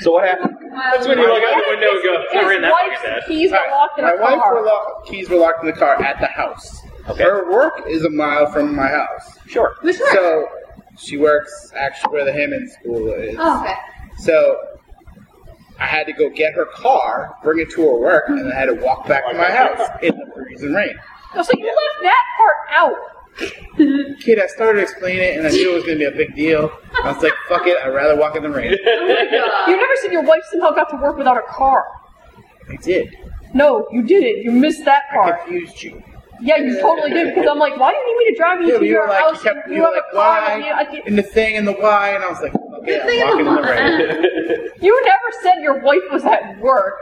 So what happened? That's when you look out the window and go, I ran that fucking wife's dad. keys were locked in My a wife were car. lock- keys were locked in the car at the house. Okay. Her work is a mile from my house. Sure. Who's her? So she works actually where the Hammond School is. oh, okay. So I had to go get her car, bring it to her work, and then I had to walk back to my house in the freezing rain. Oh, so you left that part out. Kid, I started to explain it, and I knew it was going to be a big deal. I was like, fuck it, I'd rather walk in the rain. You never said your wife somehow got to work without a car. I did. No, you didn't. You missed that I part. confused you. Yeah, you totally did because I'm like, why do you need me to drive you Yeah, to but you your were like, house? you kept, you you were have like, a car. I why? mean, I can't- And the thing and the why, and I was like, fuck it, thing I'm and walking in the the why. rain. you never said your wife was at work,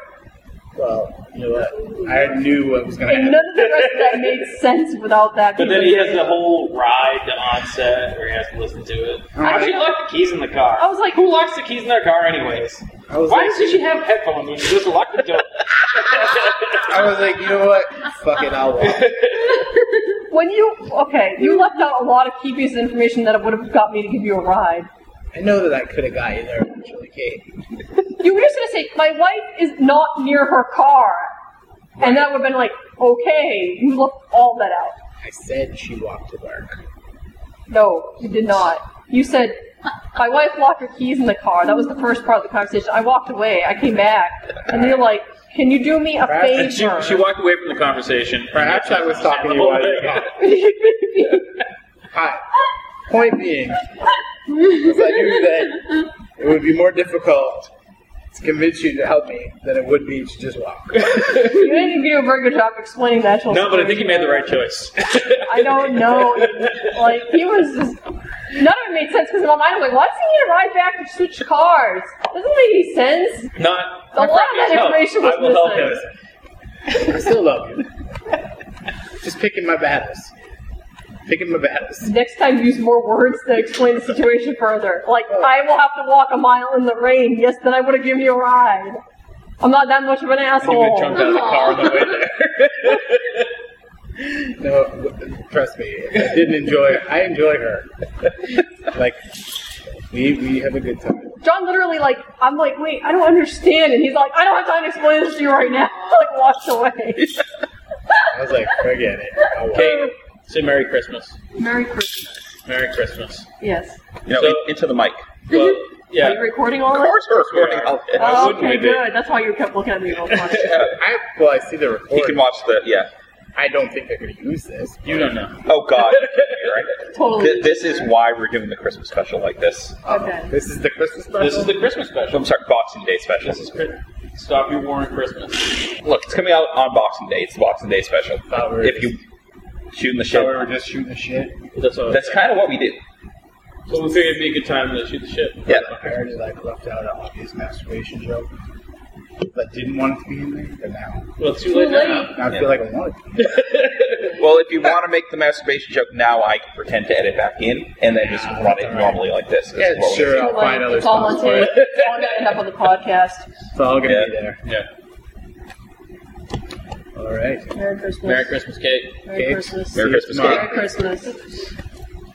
Well, you know what? I knew what was going to and happen. none of the rest of that made sense without that. But then being he has said. the whole ride to onset where he has to listen to it. Why did she lock the keys in the car? I was like- who locks the keys in their car anyways? I was Why like- does she have headphones when she just locked the door? I was like, you know what? Fuck it, I'll walk. when you okay, you left out a lot of key pieces of information that would have got me to give you a ride. I know that I could have got you there eventually, Kate. You were just gonna say my wife is not near her car, and that would have been like okay. You left all that out. I said she walked to work. No, you did not. You said my wife locked her keys in the car. That was the first part of the conversation. I walked away. I came back, and you're like, "Can you do me a Perhaps- favor?" And she, she walked away from the conversation. Perhaps I was talking to you while you were gone. Hi. Point being, because I knew that it would be more difficult to convince you to help me than it would be to just walk. you didn't do a very good job explaining that. whole No, but I think he made the situation. right choice. I don't know. Like he was just none of it made sense because in my mind, I'm like, why does he need a ride back to switch cars? Doesn't make any sense. Not A lot of that No, information was I will help missing. him. I still love you. Just picking my battles. Picking my battles. Next time, use more words to explain the situation further. Like, I will have to walk a mile in the rain. Yes, then I would have given you a ride. I'm not that much of an He would jump out asshole. of the car on the way there. No, w- trust me. I didn't enjoy. I enjoy her. Like we we have a good time. John literally, like, I'm like, wait, I don't understand. And he's like, I don't have time to explain this to you right now. like, walks away. I was like, forget it. I'll walk. Kate, say Merry Christmas. Merry Christmas. Merry Christmas. Yes. You know, So- in- into the mic. Well, Are yeah. you recording all Of this? course, we're recording. all this. Why Oh, wouldn't okay, we be? good. That's why you kept looking at me real funny. I, well, I see the recording. He can watch the yeah. I don't think they're going to use this. You don't know. Oh God, You're right. totally. Th- this is why we're doing the Christmas special like this. Okay. This is the Christmas special. This is the Christmas I'm special. sorry, Boxing Day special. This is Chris- Stop your war on Christmas. Look, it's coming out on Boxing Day. It's the Boxing Day special. Thought we were If you shooting the So shit, we were just shooting the shit. That's what I was that's saying. kind of what we do. So we figured it'd be a good time to shoot the shit. Yeah. I already like left out an obvious masturbation joke. But didn't want it to be in there, but now. Well, it's too late now. Now I feel like I want it. Well, if you want to make the masturbation joke now, I can pretend to edit back in and then just run it alright. normally like this. This is Yeah, what we sure. do. I'll find other it's all on spots for tape. it. It's all gonna end up on the podcast. It's all going to Yeah. be there. Yeah. All right. Merry Christmas. Merry Christmas, Kate. Merry Kate. Christmas. Merry Christmas, tomorrow. Merry Christmas.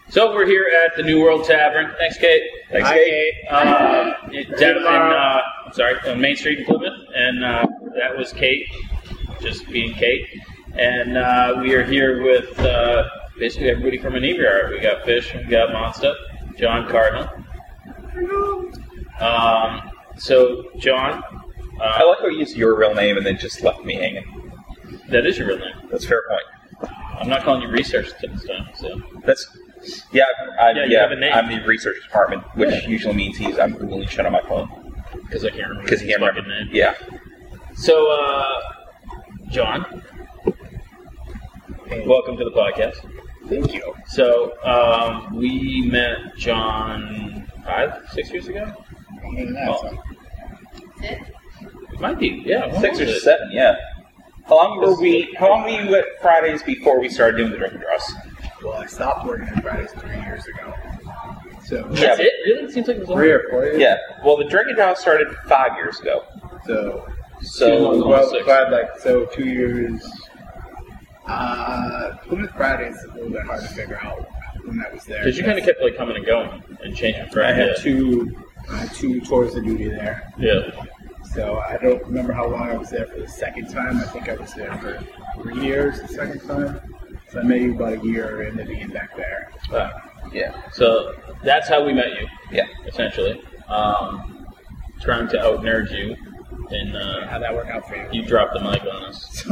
So we're here at the New World Tavern. Thanks, Kate. Thanks, Hi, Kate. Kate. Uh, it- down in, tomorrow. uh, I'm sorry, on Main Street in Plymouth, and uh, that was Kate, just being Kate. And uh, we are here with uh, basically everybody from Anivia Art. We got Fish, we got Monsta, John Cardinal. Um, so, John, uh, I like how you used your real name and then just left me hanging. that is your real name. That's a fair point. I'm not calling you research this time, so. That's yeah, I, Yeah, yeah, you have a name. I'm the research department, which usually means he's I'm googling shit on my phone Because I can't remember because he his can't fucking remember. name. Yeah, So, uh, John, welcome to the podcast. Thank you. So um, we met John five, six years ago. I mean, that's Oh. It might be, yeah, when six was or it? seven. Yeah. How long were we? How long were you at Fridays before we started doing the drink and draws? Well, I stopped working at Fridays three years ago. So, Yeah, That's it. Really, it seems like it was three longer. or four years? Yeah. Well, the drink and draws started five years ago. So, So Almost well, six. but like, so two years. Uh, Plymouth Fridays is a little bit hard to figure out when I was there. Because you kind of kept like coming and going and changing. I Right. had two uh, two tours of duty there. Yeah. So I don't remember how long I was there for the second time. I think I was there for three years the second time. So maybe about a year into being back there. Uh, Yeah. so that's how we met you, Yeah. essentially. Um, trying to out nerd you, and uh, How'd that work out for you? you dropped the mic on us.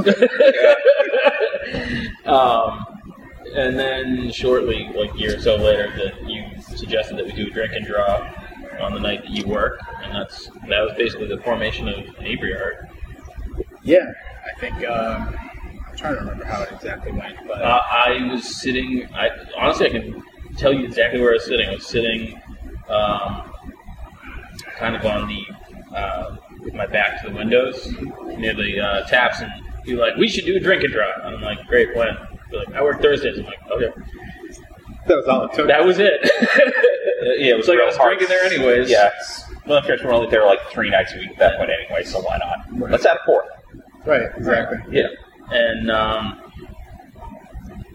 um, and then shortly, like a year or so later, that you suggested that we do a drink and draw on the night that you work, and that's that was basically the formation of Abriard. Yeah, I think um, I'm trying to remember how it exactly went, but Uh, I was sitting. I honestly, I can tell you exactly where I was sitting. I was sitting, um, kind of on the uh, with my back to the windows near the uh, taps, and you're like, "We should do a drink and draw." And I'm like, "Great, when?" You're like, "I work Thursdays." I'm like, "Okay." that was all it took. That was it. Yeah, it It's was like I real was hard. drinking there anyways. Yeah. Military were only there like three nights a week at that point anyway, so why not? Right. Let's add a fourth. right, exactly. yeah, and um,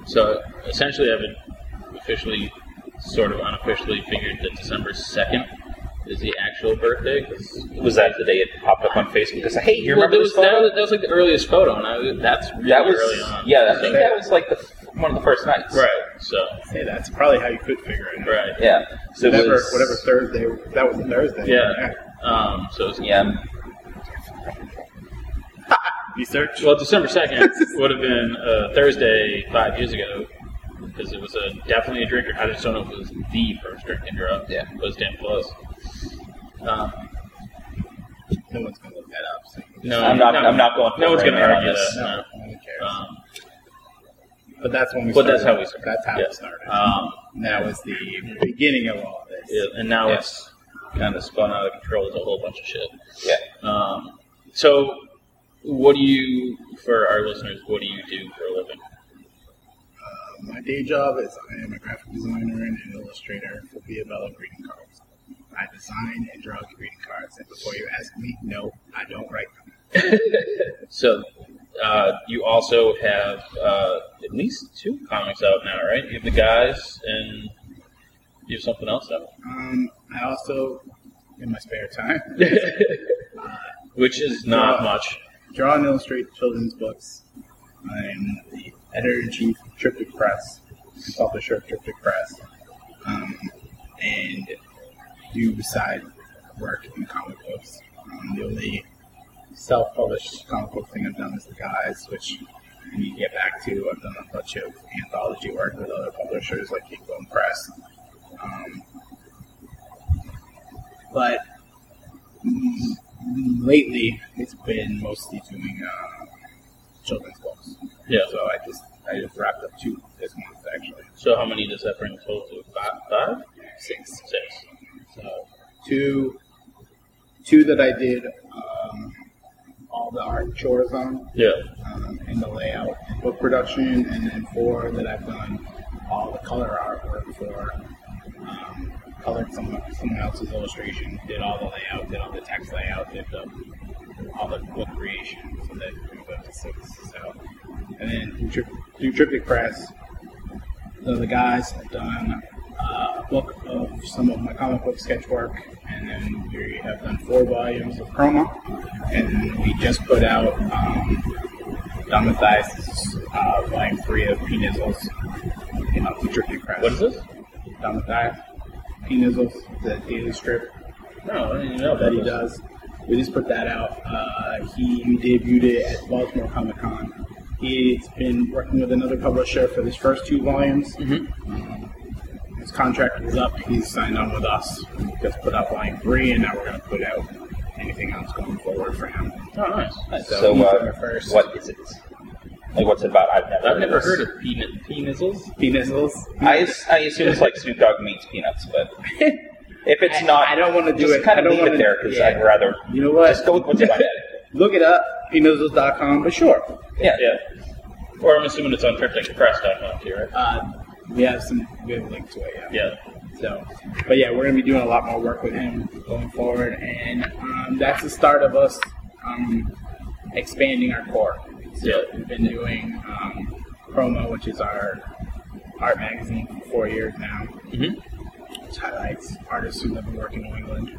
so essentially, I've officially, sort of unofficially, figured that December second is the actual birthday. 'cause Was that the day it popped up on Facebook? I said, hey, you Well, remember that this was, that photo? was that was like the earliest photo, and I, was- that's really That was early on. yeah. I think that was like the f- one of the first nights. right. So Hey, that's probably how you could figure it. out. right, Yeah. So it Whatever, was- whatever Thursday that was a Thursday. Yeah. Um, so it's, Yeah. You search. well, December second would have been uh, Thursday five years ago because it was a definitely a drinker. I just don't know if it was the first drink and draw. Yeah. but it was damn close. Um, No one's gonna look that up. So you no, I'm not. no, I'm not going. No one's going gonna to argue this. that. no, no one cares. No. Um, but that's when we. but started. that's how we started. That's how Yeah. it started. um, And that was the beginning of all this. yeah, and now Yeah. it's kind of spun out of control with a whole bunch of shit. Yeah. Um, so, what do you, for our listeners, what do you do for a living? My day job is I am a graphic designer and an illustrator for Viabella greeting cards. I design and draw greeting cards, and before you ask me, no, I don't write them. So, uh, you also have uh, at least two comics out now, right? You have the guys, and you have something else out, Um, I also, in my spare time, which is not Uh, much. draw and illustrate children's books. I'm the editor in chief of Triptych Press, and publisher of Triptych Press, um, and do side work in comic books. Um, the only self published comic book thing I've done is The Guys, which I need to get back to. I've done a bunch of anthology work with other publishers like King Bone Press. Um, but mm, lately it's been mostly doing uh, children's books. Yeah. So I just I just wrapped up two this month actually. So, how many does that bring total to? Five? Five? Six. Six. So two two that I did um, all the art chores on Yeah. um, and the layout and book production and then four that I've done all the color artwork for um, colored someone, someone else's illustration, did all the layout, did all the text layout, did the, all the book creation, so that brings up to six. So, and then through, Trip- through Triptych Press, so the guys have done uh, a book of some of my comic book sketchwork, and then we have done four volumes of Chroma, and we just put out um, Domathias, uh, volume three of P Nizzles, you know, through Triptych Press. What is this? Domathias, P Nizzles, the daily strip No, I didn't even know about that he this. does. We just put that out. Uh, he debuted it at Baltimore Comic Con. He's been working with another publisher for his first two volumes. Um, Mhm. Mm-hmm. His contract was up. He's signed on with us. Just put out volume three, and now we're going to put out anything else going forward for him. Oh, nice. So, he's uh, our first. what is it? Like, what's it about? I've never. I've never this. heard of penis, penises. Penizzles. I, as- I assume it's like Snoop Dogg meets peanuts, but if it's I- not, I don't wanna do just it. Kind I of don't leave it wanna- there because yeah. I'd rather You know what? just go with what's in my head. Look it up, penizzles.com, but sure. Yeah. Yeah. Or I'm assuming it's on triptykpress.com too, right? Uh, we have some, we have a link to it, yeah. Yeah. So, but yeah, we're gonna be doing a lot more work with him going forward, and um, that's the start of us um, expanding our core. So Yeah. we've been doing Mm-hmm. um, Chroma, which is our art magazine, for four years now. Mhm. which highlights artists who live and work in New England.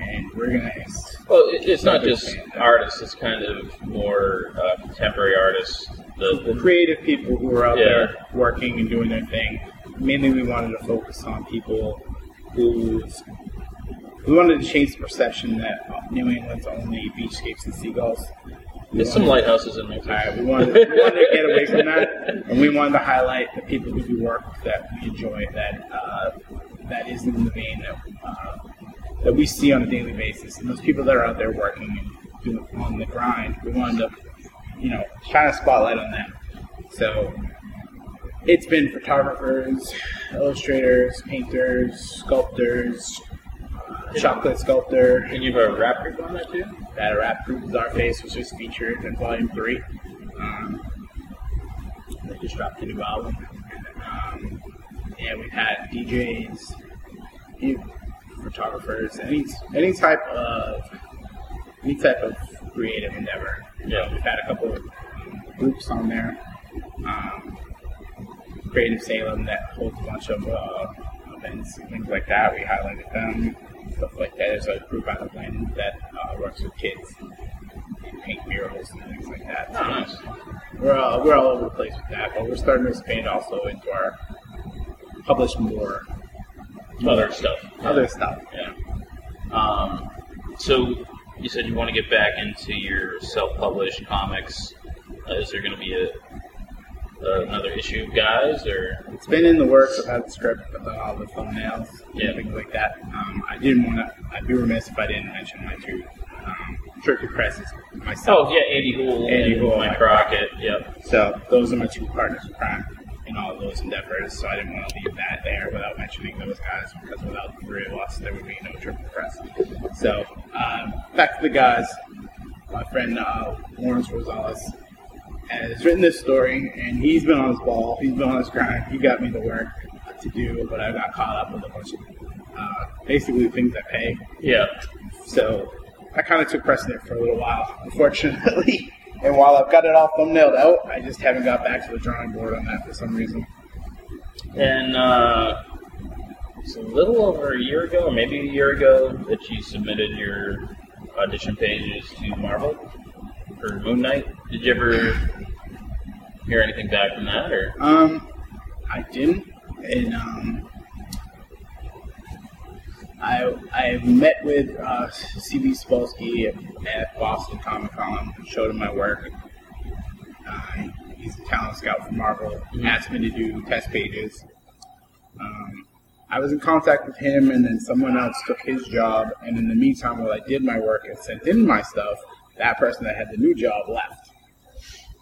And we're going to ask. Well, it, it's not just artists. It's kind of more uh, contemporary artists. The, creative people who are out Yeah. there working and doing their thing. Mainly, we wanted to focus on people who we wanted to change the perception that New England's only beachscapes and seagulls. the, it's some lighthouses in my All right, we wanted, we wanted to get away from that, and we wanted to highlight the people who do work that we enjoy, that uh, that is in the vein that uh, that we see on a daily basis, and those people that are out there working and doing on the grind. We wanted to, you know, shine a spotlight on them. So it's been photographers, illustrators, painters, sculptors, uh, chocolate sculptor. And you have a rap group on that too? That rap group is our face, which was featured in volume three. Um, they just dropped a new album. Um, yeah, we've had DJs, you- photographers, any any type of any type of creative endeavor. Yeah. we've had a couple of groups on there. Um, creative Salem that holds a bunch of uh, events and things like that. We highlighted them, stuff like that. There's a group out of Lynn that uh, works with kids and paint murals and things like that. So nice. we're all, we're all over the place with that, but we're starting to expand also into our publish more Other stuff. other stuff. Yeah. Um, so you said you want to get back into your self-published comics. Uh, is there going to be a uh, another issue of guys or It's been in the works. I've had the script, I've done all the thumbnails, Yeah. and things like that. Um, I didn't want to. I'd be remiss if I didn't mention my two um, Turkey presses myself. oh yeah andy Hool Andy and Hool, mike Mike crockett yep So those are my two partners in crime in all of those endeavors. So I didn't want to leave that there without mentioning those guys because without the three of us, there would be no triple press. So um, back to the guys. My friend uh, Lawrence Rosales has written this story, and he's been on his ball. He's been on his grind. He got me the work to do, but I got caught up with a bunch of uh, basically things that pay. yeah So I kind of took precedent for a little while, unfortunately. And while I've got it all thumbnailed out, I just haven't got back to the drawing board on that for some reason. and uh, it's a little over a year ago maybe a year ago that you submitted your audition pages to marvel for moon knight did you ever hear anything back from that or Um, I didn't, and um, I I met with uh, CB Spolsky at, at Boston Comic Con, showed him my work. Uh, he's a talent scout for Marvel. Asked me to do test pages. Um, I was in contact with him, and then someone else took his job. And in the meantime, while I did my work and sent in my stuff, that person that had the new job left.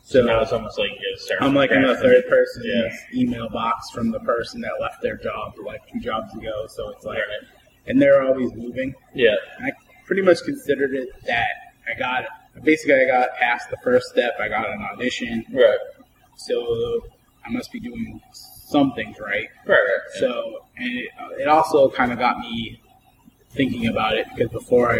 So now it's almost like you guys started I'm like in the crafting third it. person Yeah. email box from the person that left their job like two jobs ago. So it's like, Right. and they're always moving. yeah I pretty much considered it that I got basically I got past the first step. I got an audition, right so I must be doing some things right. Right, right. So, So, and it, uh, it also kind of got me thinking about it because before I,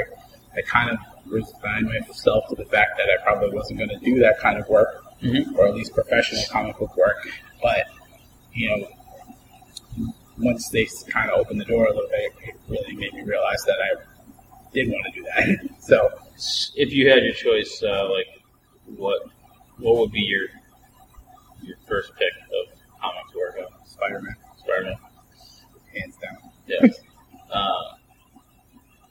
I kind of resigned myself to the fact that I probably wasn't going to do that kind of work, Mhm. or at least professional comic book work. But, you know, once they kind of opened the door a little bit, it really made me realize that I did want to do that. so, s- if you had your choice, uh, like what what would be your your first pick of comics to work on? Spider Man, Spider-Man. hands down. Yeah. uh,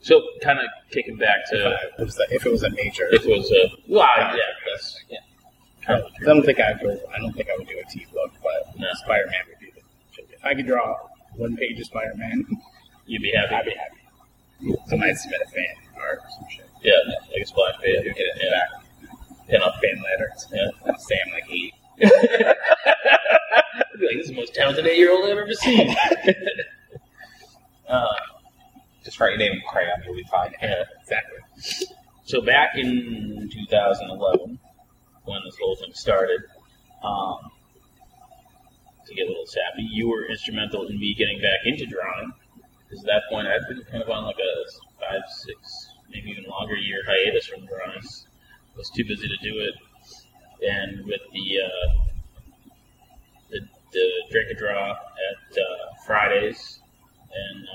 so, kind of kicking back But to if it was a, if it was a major, if it was a well, yeah, that's yeah. I don't think I would. I don't think I would do a teeth look, but Oh, No. Spider Man would be the. If I could draw one page of Spider Man, You'd be I'd happy. be happy. So I might submit a fan art or some shit. Yeah, like a splash page. Get it Yeah. back. Pin up. Fan letters. Yeah. Say I'm like eight. I'd be like, this is the most talented eight-year-old I've ever seen. uh, Just write your name in crayon, you'll be fine. yeah. Exactly. So back in 2011, when this whole thing started, um, to get a little sappy, you were instrumental in me getting back into drawing. Because at that point, I'd been kind of on like a five, six, maybe even longer year hiatus from drawing. I was too busy to do it. And with the uh, the, the drink and draw at uh, Fridays and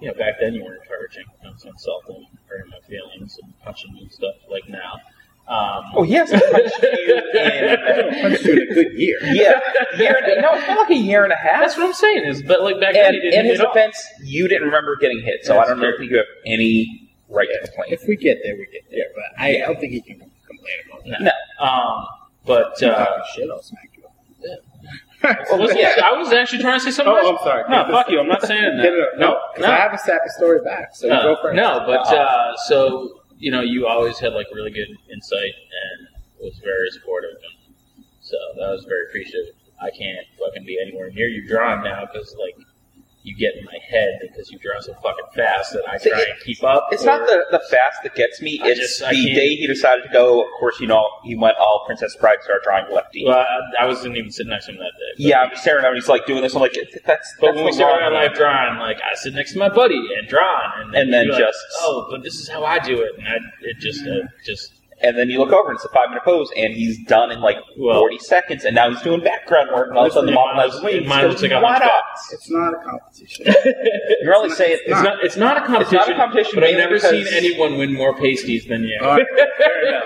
you know, back then you were encouraging, you know, insulting, hurting my feelings, and punching me and stuff like now. Um, Oh yes, I punched you in- Punched you in a good year. yeah, year and, no, it's been like a year and a half. that's what I'm saying is, but like back then And you in didn't his get off. defense, you didn't remember getting hit, so I That's don't really true. think you have any right to complain. If we get there, we get there. But I don't think he can complain about that. Um, but uh, Talking shit, I'll smack you. well, listen, I was actually trying to say something. Oh, else. I'm sorry. No, fuck you. I'm not saying No, no, that. no. Because I no. have a sappy story back, so no, you go first. no, but uh, so you know, you always had like really good insight and was very supportive, and so that was very appreciative. I can't fucking be anywhere near you drawing now because like you get in my head because you draw so fucking fast that I See, try it- and keep up. It's or- not the, the fast that gets me. I It's just- I the can't- day he decided to go. Of course, you know he went all Princess Bride, start drawing lefty. Well, I, I wasn't even sitting next to him that day. but- yeah, I'm staring at him. He's like doing this. I'm like, that's. that's But when we the started wrong our way. live drawing, like I sit next to my buddy and draw, and, And then you're just- oh, but this is how I do it, and I it just uh, just and then you look over and it's a five minute pose, and he's done in like Well- 40 seconds, and now he's doing background work, and all of a sudden the Mine model has looks- wings. mine goes, looks like a "Why hunchback." not?" It's not a competition. it's You're only saying It's it's not. not it's not a competition. It's not a competition But I've mainly never seen because- anyone win more pasties than you. All right, fair enough.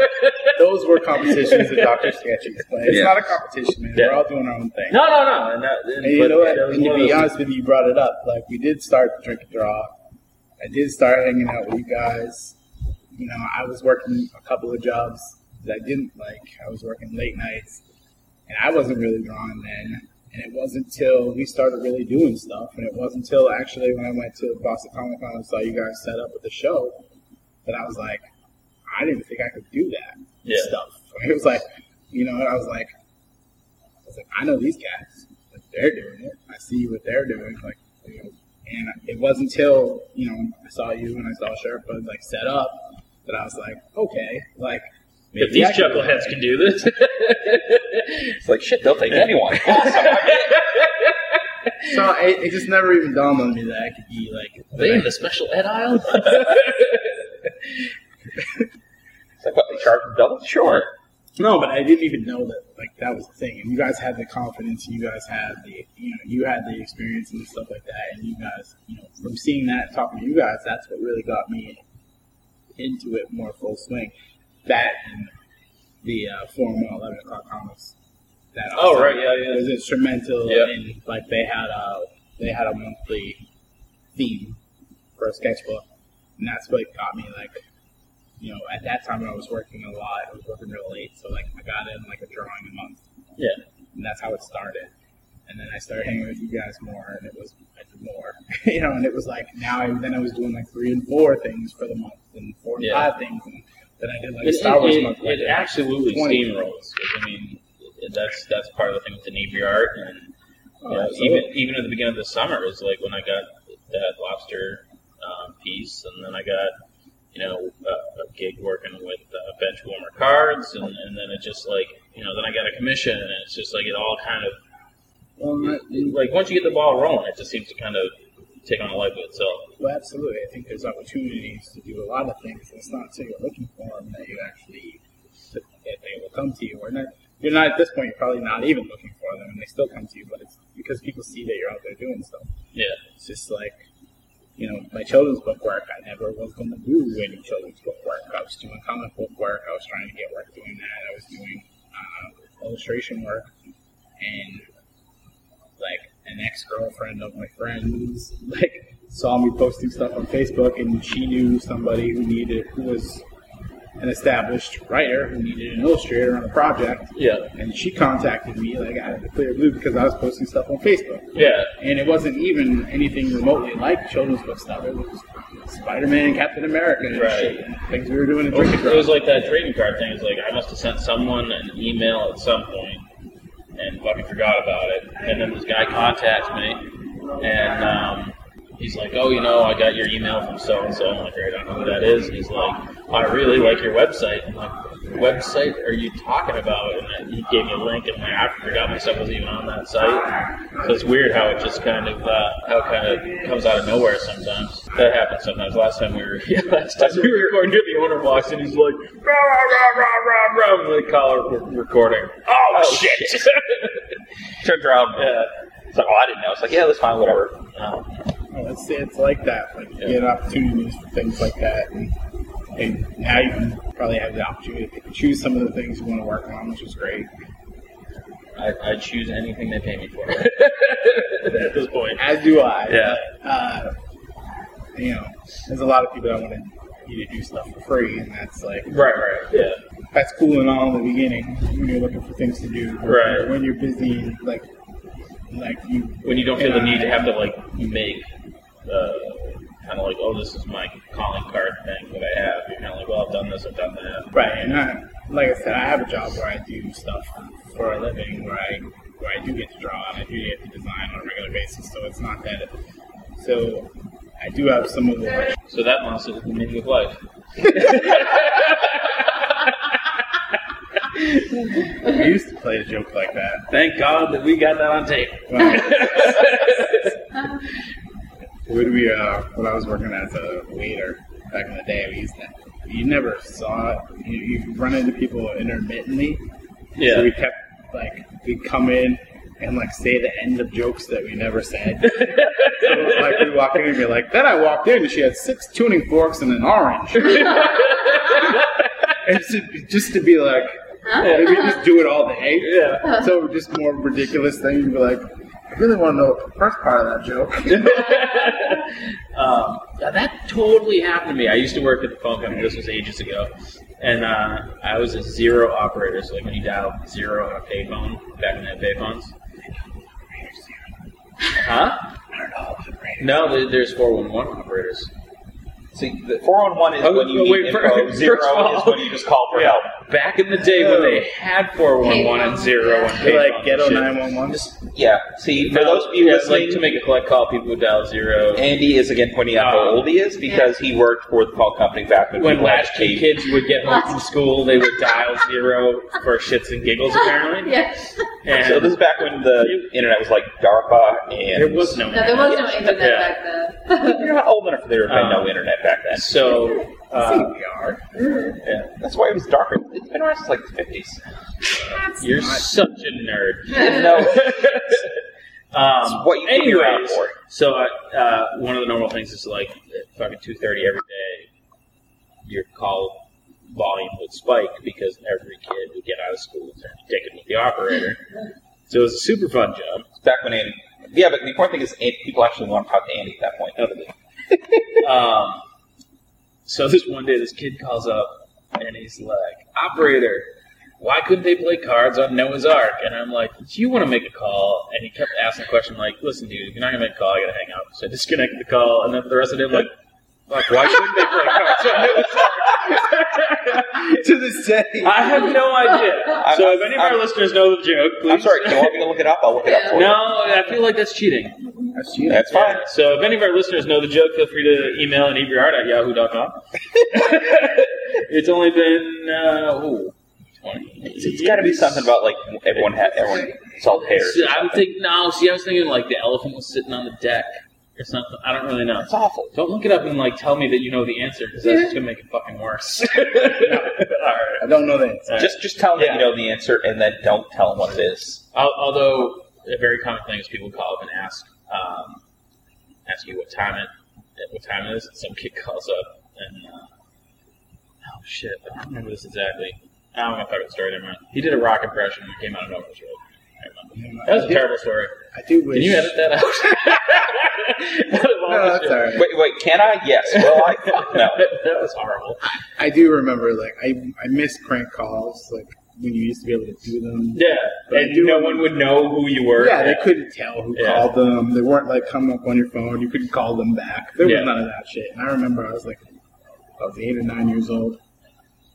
Those were competitions that Dr. Sketchy was playing. It's Yeah. not a competition, man. Yeah. We're all doing our own thing. no, no, no. And, that, and, And you but know what? that was And to one be of those- honest with you, you brought it up. Like we did start the drink and draw. I did start hanging out with you guys. You know, I was working a couple of jobs that I didn't like. I was working late nights, and I wasn't really drawing then. And it wasn't till we started really doing stuff, and it wasn't till actually when I went to Boston Comic Con and saw you guys set up with the show that I was like, I didn't think I could do that Yeah. stuff. It was like, you know, I was like, I was like, I know these guys. Like, they're doing it. I see what they're doing. Like, you know, and it wasn't till you know I saw you and I saw Sherpa like set up that I was like, okay, like If maybe these I can do chuckleheads it. can do this, It's like shit. They'll take anyone. So it, it just never even dawned on me that I could be like, they in the special ed aisle. It's like what they charge them double. Sure. No, but I didn't even know that like that was the thing. And you guys had the confidence, you guys had the you know, you had the experience and stuff like that and you guys you know, from seeing that and talking to you guys, that's what really got me into it more full swing. That and the uh forum on eleven o'clock comics. That Oh, also right, yeah, yeah. was instrumental Yeah. in like they had a they had a monthly theme for a sketchbook. And that's what got me like you know, at that time I was working a lot. I was working real late, so like I got in like a drawing a month. Yeah. And that's how it started. And then I started hanging with you guys more, and it was I did more, you know. And it was like now I then I was doing like three and four things for the month, and four and Yeah. five things, and then I did like it, Star Wars it, month. where I It, did, like, absolutely 20. steamrolls. 'cause, I mean, it- that's that's part of the thing with the Navy art, and you oh, know, absolutely. even even at the beginning of the summer is like when I got that lobster um, piece, and then I got you know a, a gig working with uh, bench warmer cards, and, and then it just like you know then I got a commission, and it's just like it all kind of Well, I- like once you get the ball rolling, it just seems to kind of take on a life of itself. Well, absolutely. I think there's opportunities to do a lot of things. It's not until you're looking for them that you actually that they will come to you. Or not, you're not at this point. You're probably not even looking for them, and they still come to you. But it's because people see that you're out there doing stuff. Yeah. It's just like you know, my children's book work. I never was going to do any children's book work. I was doing comic book work. I was trying to get work doing that. I was doing uh, illustration work, and like an ex girlfriend of my friend's like saw me posting stuff on Facebook and she knew somebody who needed who was an established writer who needed an illustrator on a project Yeah. and she contacted me like out of the clear blue because I was posting stuff on Facebook. Yeah. And it wasn't even anything remotely like children's book stuff. It was Spider Man and Captain America and Right. Oh, shit. and Things we were doing in It was, Drink and Draw. like that trading card thing. It's like I must have sent someone an email at some point and fucking forgot about it. And then this guy contacts me, and um, he's like, "Oh, you know, I got your email from so and so." I'm like, "I don't know who that is." And he's like, "I really like your website." I'm like, "What "Website? Are you talking about?" And then he gave me a link, and I forgot my stuff was even on that site. So it's weird how it just kind of uh, how it kind of comes out of nowhere sometimes. That happens sometimes. Last time we were last time we were recording, the owner walks in, he's like, "Rah rah rah rah rah," rah," like collar re- recording. Oh, shit! Turns around. yeah. It's like, oh, I didn't know. It's like, yeah, that's fine. Whatever. Um, let's say it's like that. Like you get opportunities for things like that, and, and now you can probably have the opportunity to choose some of the things you want to work on, which is great. I, I choose anything they pay me for at this point. As do I. Yeah. Uh, you know, there's a lot of people that want you to do stuff for free, and that's like Right, right. Yeah. that's cool and all in the beginning when you're looking for things to do. but Right. When you're busy, like like you When you don't feel the And I- need to have to like make uh, kind of like, oh, this is my calling card thing that I have. You're kind of like, well, I've done this, I've done that. Right, and I, like I said, I have a job where I do stuff for a living, where I where I do get to draw and I do get to design on a regular basis. So it's not that. So I do have some of the. Like, So that monster is the meaning of life. I used to play a joke like that. Thank God that we got that on tape. When I, when we uh, when I was working as a waiter back in the day, we used to. You never saw it. You, you run into people intermittently. So Yeah. we kept like we'd come in and like say the end of jokes that we never said. so, like we walk in and be like, then I walked in and she had six tuning forks and an orange. and to, just to be like, "Did we just do it all day. Yeah. So just more ridiculous thing. You'd be like, I really want to know the first part of that joke. um, yeah, that totally happened to me. I used to work at the phone company. This was ages ago, and uh, I was a zero operator. So like when you dial zero on a payphone back in the payphones, huh? No, there- there's four one one operators. See, the 411 is Oh, when you oh, need wait, info. first- Zero first of all- is when you just Oh, call for Yeah. help. Back in the day when they had four one one and zero and You're payphones, Oh. like ghetto and shit. nine one one. Just, yeah. See, for No, those of you yeah, listening, like to make a collect call, people would dial zero. Andy is again pointing out how Uh, old he is because he worked for the call company back when, when people had latchkey tape. kids would get home from school, they would dial zero for shits and giggles, apparently. Yes. And So this is back when the internet was like DARPA and there was no. No, there was no internet. internet Yeah. back then. You're not old enough for there to have Um, no internet back then. So uh, Yeah, that's why it was darker. It's been around since like the fifties. you're such a nerd. No, Um, what you came around anyways, for. so I, uh, one of the normal things is like at fucking two thirty every day. Your call volume would spike because every kid would get out of school and turn ticket with the operator. So it was a super fun job. it's back when Andy. Yeah, but the important thing is Andy, people actually want to talk to Andy at that point. um, so this one day, this kid calls up and he's like, "Operator, why couldn't they play cards on Noah's Ark?" And I'm like, "Do you want to make a call?" And he kept asking the question like, "Listen, dude, if you're not gonna make a call. I gotta hang up." So I disconnected the call, and then the rest of it, I'm like, "Fuck, why couldn't they play cards on Noah's Ark?" to this day. I have no idea. So if any of our I'm- listeners know the joke, please. I'm sorry. Do you want me to look it up? I'll look it up for No, I feel like that's cheating. That's you. you. That's fine. Yeah, So if any of our listeners know the joke, feel free to email an ebriard at yahoo.com. it's only been, uh, ooh, 20. It's, it's got to be something about like everyone had everyone salt hairs. See, I'm thinking, no, see, I was thinking like the elephant was sitting on the deck or something. I don't really know. It's awful. Don't look it up and like tell me that you know the answer because that's just going to make it fucking worse. Alright. I don't know that. Alright. Just just tell them Yeah. that you know the answer and then don't tell them what it is. Al- Although a very common thing is people call up and ask, um, ask you what time it, at what time it is. And some kid calls up and, uh, oh shit, I don't remember this exactly. I don't want to fuck up the story. Never mind. He did a rock impression and it came out of nowhere. It was really- never mind. That was a terrible story. I do wish. Can you edit that out? Out of all No, the that's shit. alright. Wait, wait. Can I? Yes. Well, I no. That was horrible. I do remember, like, I, I miss prank calls, like, when you used to be able to do them. Yeah, But I do- and no one would know who you were. Yeah, they couldn't tell who Yeah. called them. They weren't, like, coming up on your phone. You couldn't call them back. There Yeah. was none of that shit. And I remember I was, like, I was eight or nine years old.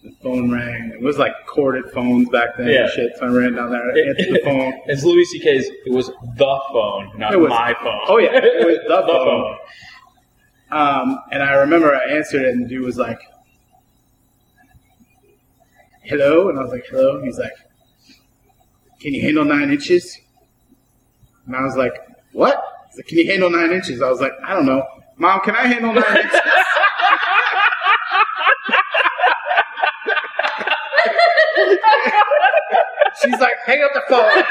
The phone rang. It was, like, corded phones back then Yeah. and shit. So I ran down there, It- answered the phone. It's Louis C.K.'s. It was the phone, not It was- my phone. Oh, yeah, it was the phone. phone. Um, and I remember I answered it, and the dude was like, "Hello," and I was like, "Hello." He's like, "Can you handle nine inches?" And I was like, "What?" He's like, "Can you handle nine inches?" I was like, "I don't know, mom. Can I handle nine inches?" She's like, "Hang up the phone."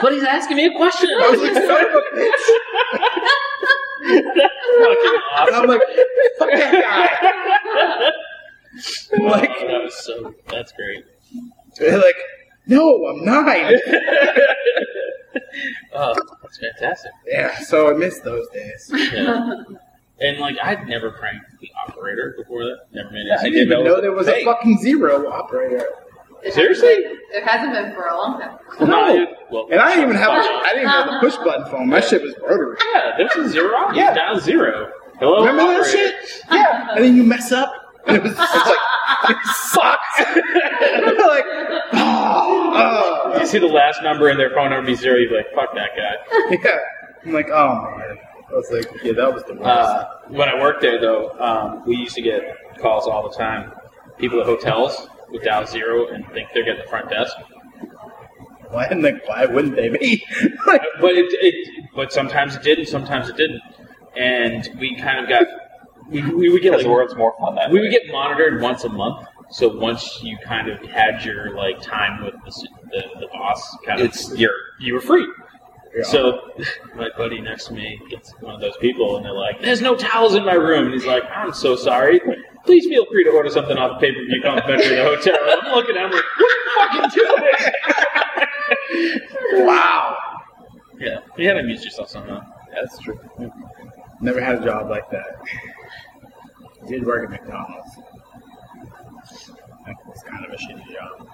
But he's asking me a question. I was like, "Son of a bitch." I'm like, fuck that Wow, Like- that was so. That's great. They're like, no, I'm nine. Oh, that's fantastic. yeah, so I miss those days. Yeah. And like, I'd never pranked the operator before that. Never made Yeah, I I it. didn't even know there was a thing. fucking zero operator. It hasn't Seriously? been- It hasn't been for a long time. No. Well, And I didn't even have a, fuck. I didn't even have the push button phone. My shit was rotary. Yeah, there's a zero. Yeah. down zero. Hello, Remember that operator. shit? Yeah. And then you mess up. And it was it's like, it sucks. like, oh, oh. You see the last number in their phone number be zero. You're like, fuck that guy. Yeah. I'm like, oh man. I was like, yeah, that was the worst. Uh, when I worked there, though, um, we used to get calls all the time. People at hotels with dial zero and think they're getting the front desk. why, and like, why wouldn't they be? like, but it, it but sometimes it did and sometimes it didn't and we kind of got we, we would get Because the like, world's more fun that we way. would get monitored once a month so once you kind of had your like time with the, s- the, the boss kind of it's your you were free yeah. so my buddy next to me gets one of those people and they're like there's no towels in my room and he's like i'm so sorry please feel free to order something off the pay-per-view complimentary at the hotel and i'm looking at him like what are you fucking doing wow. yeah you haven't used yourself somehow That's true. Never had a job like that. Did work at McDonald's. That was kind of a shitty job.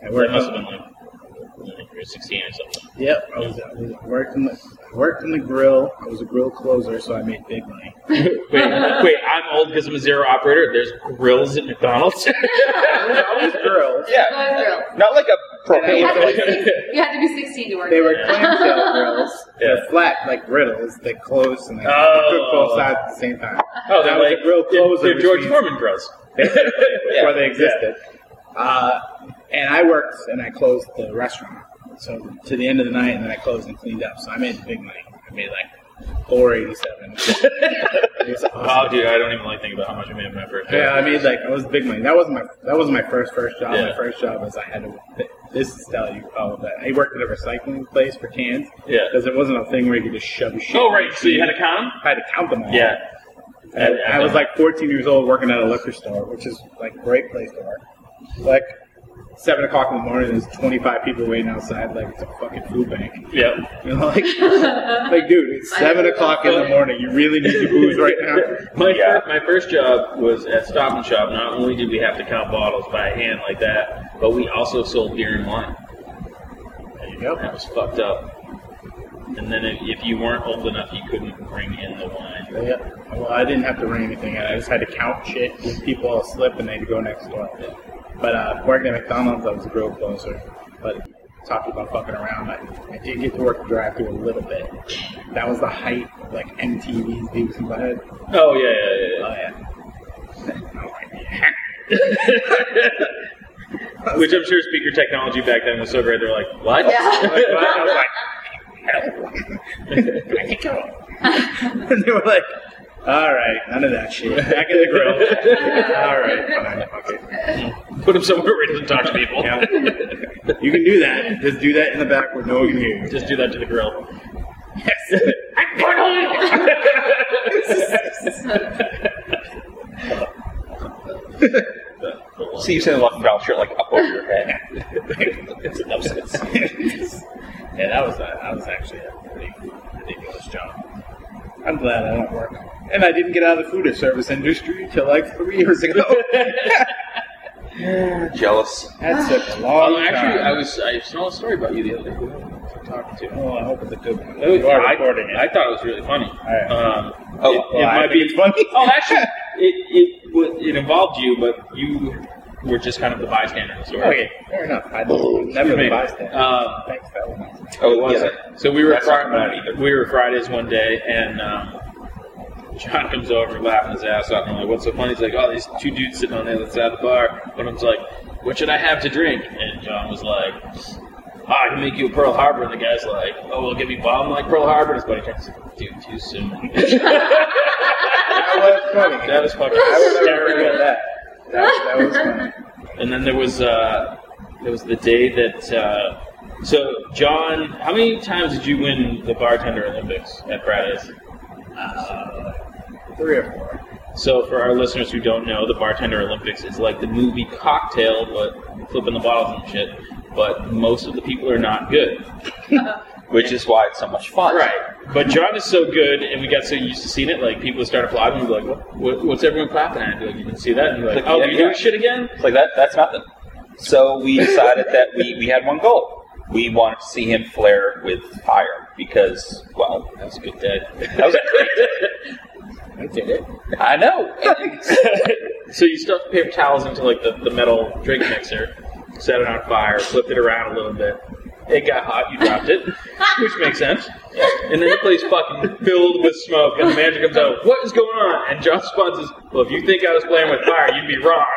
I That worked. must have On, been like, like you were 16 or something. yep, I was. I was- I worked in the I worked in the grill. I was a grill closer, so I made big money. Wait, wait, I'm old because I'm a zero operator. There's grills at McDonald's. I was grills. yeah, Going through. not like a You propane. had, to be like, six- you had to be 16 to work They there. were clamshell grills. Yeah. They're flat like riddles. They closed and they Oh. cooked both sides at the same time. Oh, they're That was like a grill they're- closer, They're, which George means- Foreman grills. before they existed. Uh, and I worked and I closed the restaurant. So to the end of the night, and then I closed and cleaned up. So I made big money. I made like four eighty seven. Oh, dude, I don't even like thinking about how much I made in my first Yeah, I made like it was big money. That wasn't my that wasn't my first first job. Yeah. My first job was I had to. This is tell you all of that. I worked at a recycling place for cans Yeah. because it wasn't a thing where you could just shove shit. Oh, right. So you had to count 'em? I had to count them all. Yeah. I, I was like 14 years old working at a liquor store, which is like a great place to work. Like seven o'clock in the morning, there's 25 people waiting outside, like it's a fucking food bank. Yeah. You know, like, like dude, it's I seven know. o'clock in the morning. You really need your booze right now. My, Yeah. fir- my first job was at Stop and Shop. Not only did we have to count bottles by hand like that, but we also sold beer and wine. There you go. That was fucked up. And then if, if you weren't old enough, you couldn't bring in the wine. Yep. Well, I didn't have to ring anything. I just had to count shit. Give people a slip, and they'd go next door. But uh, working at McDonald's, I was a grill closer. But talking about fucking around, I, I did get to work the drive-through a little bit. That was the height of like MTV's Beavis and Butthead. Oh yeah, yeah, yeah. Oh yeah. Oh, yeah. Uh, yeah. Which I'm sure speaker technology back then was so great. They're like, what? Yeah. Like, when I was like, help. I can go. and they were like, all right, none of that shit. Back in the grill. all right, fine, fuck it. Put them somewhere where he doesn't talk to people. Yeah. You can do that. Just do that in the back where no one can hear you. Just do that to the grill. Yes. See you saying Lucky Brown shirt like up over your head. No sense. yeah, that was uh, that was actually a pretty ridiculous job. I'm glad I don't work. And I didn't get out of the food service industry until like three years ago. Jealous. That took a long Well, actually, I time. was I saw a story about you the other day. Who was I talking to? oh, I hope it's a good one. It was- You are I, recording it. I thought it was really funny. right. Um, Oh, it, Well, it I might think be it's funny. Oh, actually, it, it wa- it involved you, but you were just kind of the bystander in the story. Okay, fair enough. I never Excuse me. advised that. Um, Thanks, that was nice. Oh, yeah. So we were That's not Fri- bad either. we were Fridays one day, and um, John comes over laughing his ass off. And I'm like, "What's so funny?" He's like, "Oh, these two dudes sitting on the other side of the bar." One of them's like, "What should I have to drink?" And John was like, oh, "I can make you a Pearl Harbor." And the guy's like, "Oh, well, give me bomb like Pearl Harbor." And his buddy turns, "Dude, too soon." That was funny. that was fucking I would never hysterical. forget that. That, that was funny. And then there was uh, there was the day that. Uh, so, John, how many times did you win the bartender Olympics at Fridays? Uh, three or four. So, for our listeners who don't know, the Bartender Olympics is like the movie Cocktail, but flipping the bottles and shit. But most of the people are not good. which is why it's so much fun. Right. But John is so good, and we got so used to seeing it. Like people would start applauding, and be like, what, what, "What's everyone clapping at?" And be like, "You can see that?" And be like, Like, "Oh, yeah, you're doing yeah. shit again." It's like that. That's nothing. So we decided that we, we had one goal. We wanted to see him flare with fire because, well, That was a good day. that was a great I did it. I know. so you stuffed paper towels into like the, the metal drink mixer, set it on fire, flipped it around a little bit. It got hot, you dropped it, which makes sense. And then the place fucking filled with smoke, and the manager comes out, What is going on? And John Spuns is, Well, if you think I was playing with fire, you'd be wrong.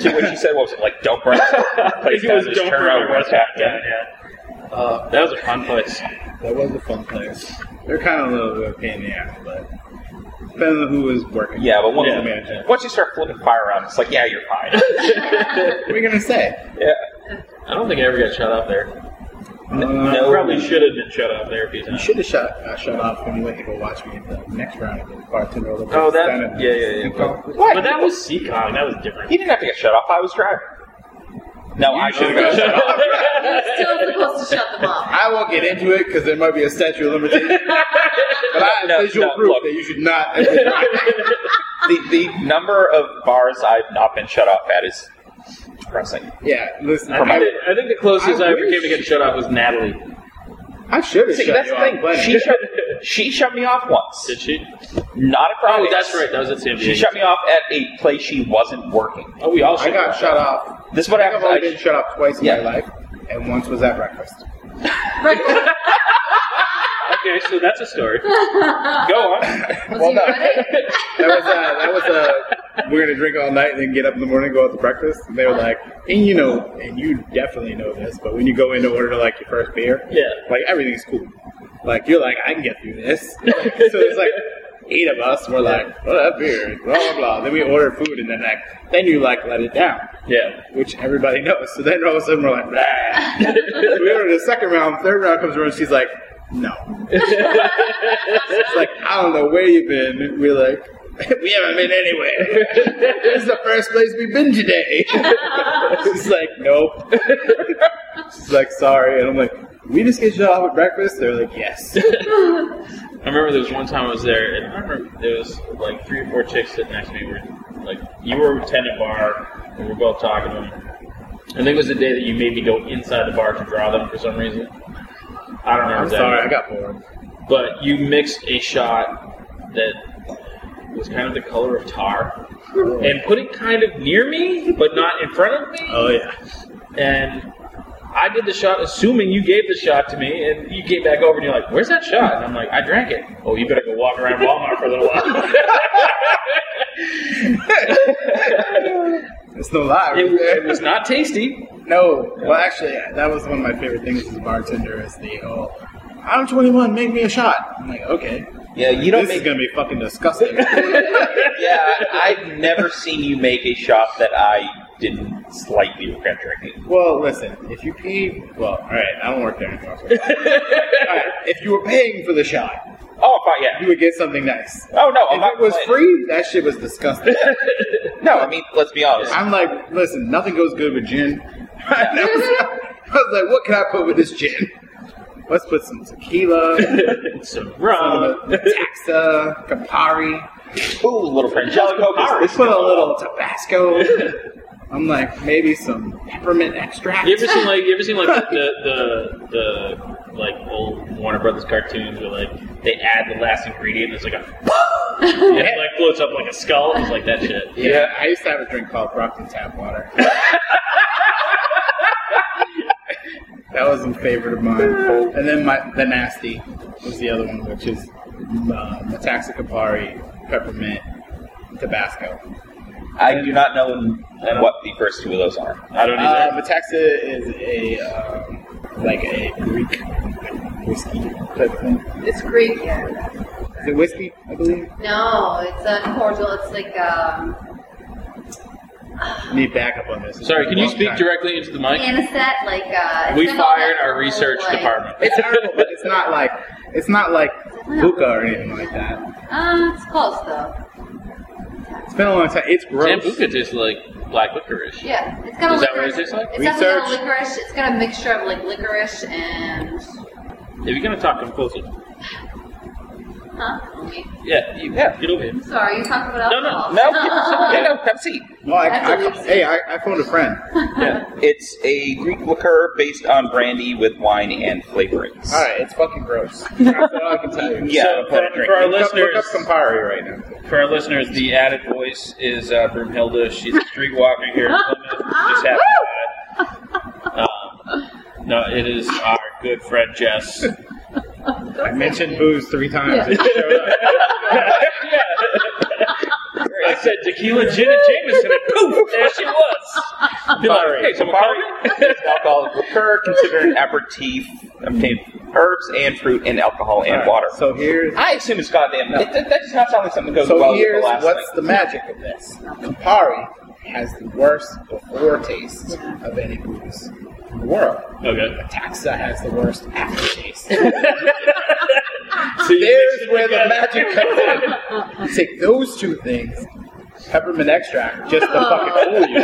to which he said, what was it, like, don't burn the place It down, was just don't turn burn around the and restaurant tap down, down. yeah. Uh, that was a fun place. That was a fun place. They're kind of a little bit of a pain in the ass, but depending on who was working. Yeah, but once, Yeah, man. once you start flipping fire around, it's like, yeah, you're fine. What are you gonna say? yeah. I don't think I ever got shut up there. Uh, no. Probably should have been shut up there a few You times. should have shut uh, shut off when you let people watch me at the next round of the bartender. Olympics. Oh, that- Kind of- yeah, yeah, yeah. you go, What? But that was Seacon, that was different. He didn't have to get shut off. I was driving. No, I should have got shut off. You're still supposed to shut them off. I won't get into it because there might be a statute of limitations. but I have No, visual no, proof look. that you should not. The, the number of bars I've not been shut off at is depressing. yeah, listen. I I, think, the, I think the closest I I, ever wish- came to getting shut off was Natalie. should have. See, shut that's the you thing. off, but- She shut, she shut me off once. Did she? Not at Oh, Fridays. that's right. That was at San Diego. She shut me off at a place she wasn't working. Oh, we all I shut got off. shut off. This is what I've happens. only I, been shut off twice in Yeah. my life, and once was at breakfast. Okay, so that's a story. Go on. Was Well he done. ready? That was uh, that was uh, we're gonna drink all night and then get up in the morning and go out to breakfast. And they were like, and you know, and you definitely know this, but when you go in to order like your first beer, Yeah. like everything's cool. Like you're like, I can get through this. so there's like eight of us. We're like, what up beer? Blah blah blah. Then we order food, and then like, then you like let it down, Yeah. which everybody knows. So then all of a sudden we're like, Blah. we order the second round. Third round comes around. She's like, no. It's like, I don't know where you've been. We're like, we haven't been anywhere. this is the first place we've been today. She's like, nope. She's like, sorry. And I'm like, we just get shut off at breakfast? They're like, yes. I remember there was one time I was there, and I remember there was like three or four chicks sitting next to me. Were like, you were tending bar, and we are both talking to them. I think it was the day that you made me go inside the bar to draw them for some reason. I don't know. I'm exactly. sorry, I got bored. but you mixed a shot that was kind of the color of tar and put it kind of near me, but not in front of me. Oh, yeah. And I did the shot, assuming you gave the shot to me, and you came back over and you're like, "Where's that shot?" And I'm like, "I drank it." Oh, you better go walk around Walmart for a little while. It's no lie. it, it was not tasty. No, well, actually, that was one of my favorite things as a bartender is the oh, I'm 21, make me a shot. I'm like, okay. yeah, you don't this make. is gonna be fucking disgusting. yeah, I- I've never seen you make a shot that I didn't slightly regret drinking. Well, listen, if you pay, well, all right, I don't work there anymore. all right, if you were paying for the shot, Oh, fine, yeah. you would get something nice. Oh no, I'm if not it was free, complaining. that shit was disgusting. No, I mean, let's be honest. I'm like, listen, nothing goes good with gin. I, was, I was like, what can I put with this gin? Let's put some tequila, So some wrong. Taxa, Campari. Ooh, little Frangelico. We put a little Tabasco. I'm like, maybe some peppermint extract. You ever seen like you ever seen like the the, the like old Warner Brothers cartoons where like they add the last ingredient and it's like a and it like floats up like a skull. It's like that shit. Yeah, I used to have a drink called Brockton tap water. that was a favorite of mine. And then my the nasty was the other one, which is uh, Metaxa Campari, peppermint, Tabasco. I do not know what the first two of those are. I don't Uh, either. Metaxa is a um, like a Greek whiskey type thing. It's Greek, yeah. Is it whiskey? I believe. No, it's not cordial. It's like um, need backup on this. It's Sorry, been can a you long speak time. directly into the mic? Anisette, like, uh. We it's all fired that our research like- department. It's terrible, but it's not like it's not like Buka or anything like that. Uh, it's close though. It's been a long time. It's gross. Sambuca tastes like black licorice. Yeah, it's got a Is that licorice. what it tastes like? It's definitely got a Research. licorice. It's got a mixture of like licorice and If you're gonna talk, I'm closer. huh? Wait, Yeah, you, Yeah. get over here. I'm sorry, you talking about No, no, alcohol? No, no, no, Pepsi. Well, I, That's I, what we hey, I, I phoned a friend. Yeah. It's a Greek liqueur based on brandy with wine and flavorings. All right, it's fucking gross. That's all I can tell you. Yeah, So, I'm gonna for- drink for our it. Look up, look up listeners- Campari right now. For our listeners, the added voice is uh, Broomhilda. She's a street walker here in Plymouth. Just happy about it. Um, no, it is our good friend Jess. I mentioned booze three times. It showed up. I said tequila, gin, and Jameson, and poof, there she was. Be like, hey, someone call me? It's an alcoholic liqueur considered an aperitif obtained from herbs and fruit and alcohol and All right, water. So here's I assume it's goddamn. That, that- that does not sound like something that goes so well with the here's last what's thing. the magic of this. Campari has the worst foretaste of any booze in the world. Okay. Taxa has the worst aftertaste. So you There's mixed it where the together. magic comes in. You take those two things, peppermint extract, just to fucking fool you,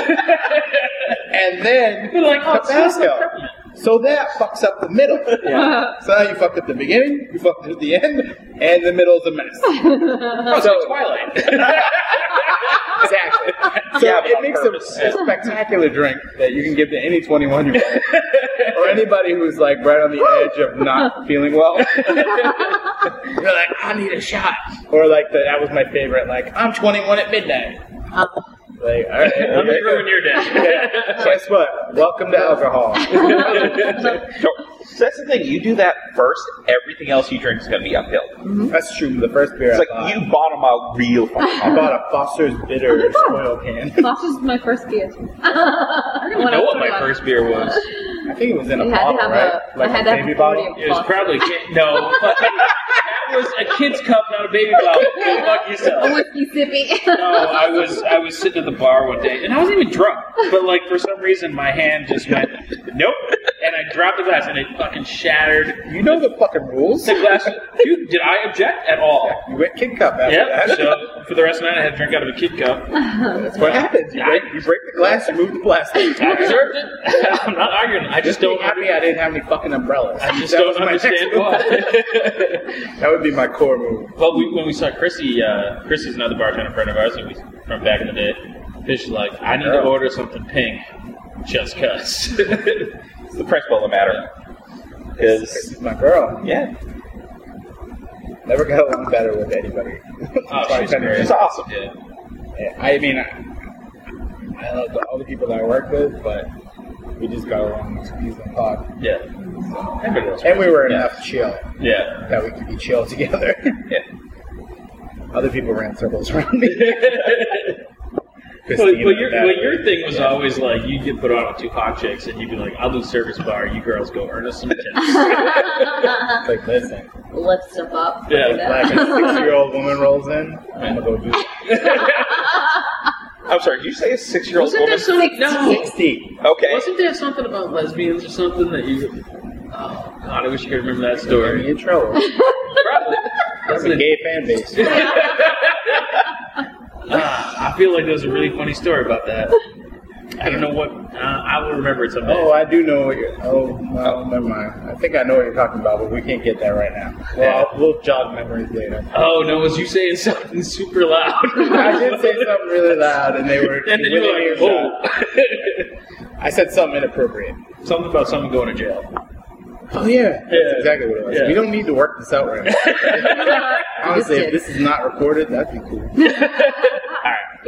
and then You're like, oh, it's just like Tabasco. peppermint. So that fucks up the middle. So now you fucked up the beginning, you fucked up the end, and the middle's a mess. Oh, so Twilight. Exactly. So Yeah, but it on makes purpose. a, a spectacular drink that you can give to any 21 year old or anybody who's like right on the edge of not feeling well. You're like, I need a shot. Or like the, that was my favorite. Like, I'm 21 at midnight. Like, all right. Let me okay. ruin your day. Guess what? Welcome to alcohol. So- so that's the thing. You do that first, everything else you drink is going to be uphill. That's true. The first beer It's I like bought, you bottom out real fucking I hard. bought a Foster's Bitter oil can. Foster's is my first beer. I don't even know what my first beer was. I think it was in a You had to bottle, have right? a- like I had to a have baby a bottle. It podium. was probably kid- no. Fucking, that was a kid's cup, not a baby bottle. Go fuck A yourself. whiskey sippy. No, I was I was sitting at the bar one day, and I wasn't even drunk. But like for some reason, my hand just went nope, and I dropped the glass, and it fucking shattered. You know the fucking rules. The glass. Dude, did I object at all? You went Kid Cup after Yep. that. So for the rest of the night, I had to drink out of a kid cup. That's what happens. You break, you break the glass, you move the plastic. I deserved it. I'm not arguing. I just Just be don't. happy I didn't have any fucking umbrellas. I just That don't was my next understand move. why. That would be my core move. Well, we, when we saw Chrissy, uh, Chrissy's another bartender friend of ours that we, from back in the day. And she's like, I need to Oh. order something pink just cuz. It's the principle of the matter. Because, She's my girl. yeah, Never got along better with anybody. oh, she's Bartender. great. it's awesome. Yeah. Yeah, I mean, I, I love the, all the people that I work with, but we just got along to peas and pod. Yeah. Everybody else And we were yeah. enough chill Yeah. that we could be chill together. Yeah. Other people ran circles around me. Well, Christina, well, your, that- well, your thing was always like you'd get put on with two hot chicks, and you'd be like, "I'll do service bar. You girls go earn us some tips." It's like, listen, Lift them up. Yeah, like a six-year-old woman rolls in, I'm gonna go do I'm sorry, did you say a six year old Wasn't there woman? something? No. 60. Okay. Wasn't there something about lesbians or something that you? Oh God, I wish you could remember that Are story. you in trouble? Probably. That's a gay fan base. Ah, I feel like there's a really funny story about that. I don't know what. Uh, I will remember it someday. Oh, I do know what you're. Oh, no, never mind. I think I know what you're talking about, but we can't get that right now. Well, I'll- we'll jog memories later. Oh, no, it was you saying something super loud? I did say something really loud, and they were. and then you really were like, earshot. "Oh, I said something inappropriate. something about someone going to jail." Oh yeah, Yeah. that's exactly what it was. Yeah. We don't need to work this out right now. Honestly, if this is not recorded, that'd be cool.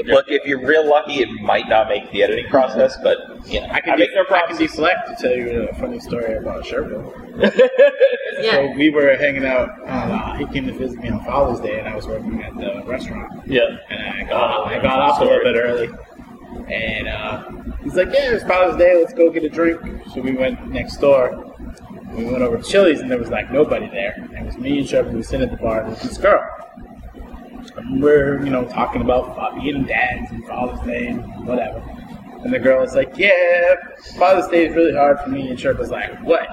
Look, if you're real lucky, it might not make the editing process, but, you know, I can, make de- no I can promises. deflect to tell you a funny story about Sherwood. Yeah. So we were hanging out. Uh, he came to visit me on Father's Day, and I was working at the restaurant. Yeah. And I got, I got off a little bit early. And uh, he's like, yeah, it's Father's Day. Let's go get a drink. So we went next door. We went over to Chili's, and there was like nobody there. And it was me and Trevor who was sitting at the bar with this girl. And we're, you know, talking about fa- being dads and Father's Day and whatever. And the girl was like, yeah, Father's Day is really hard for me. And Sherp was like, what?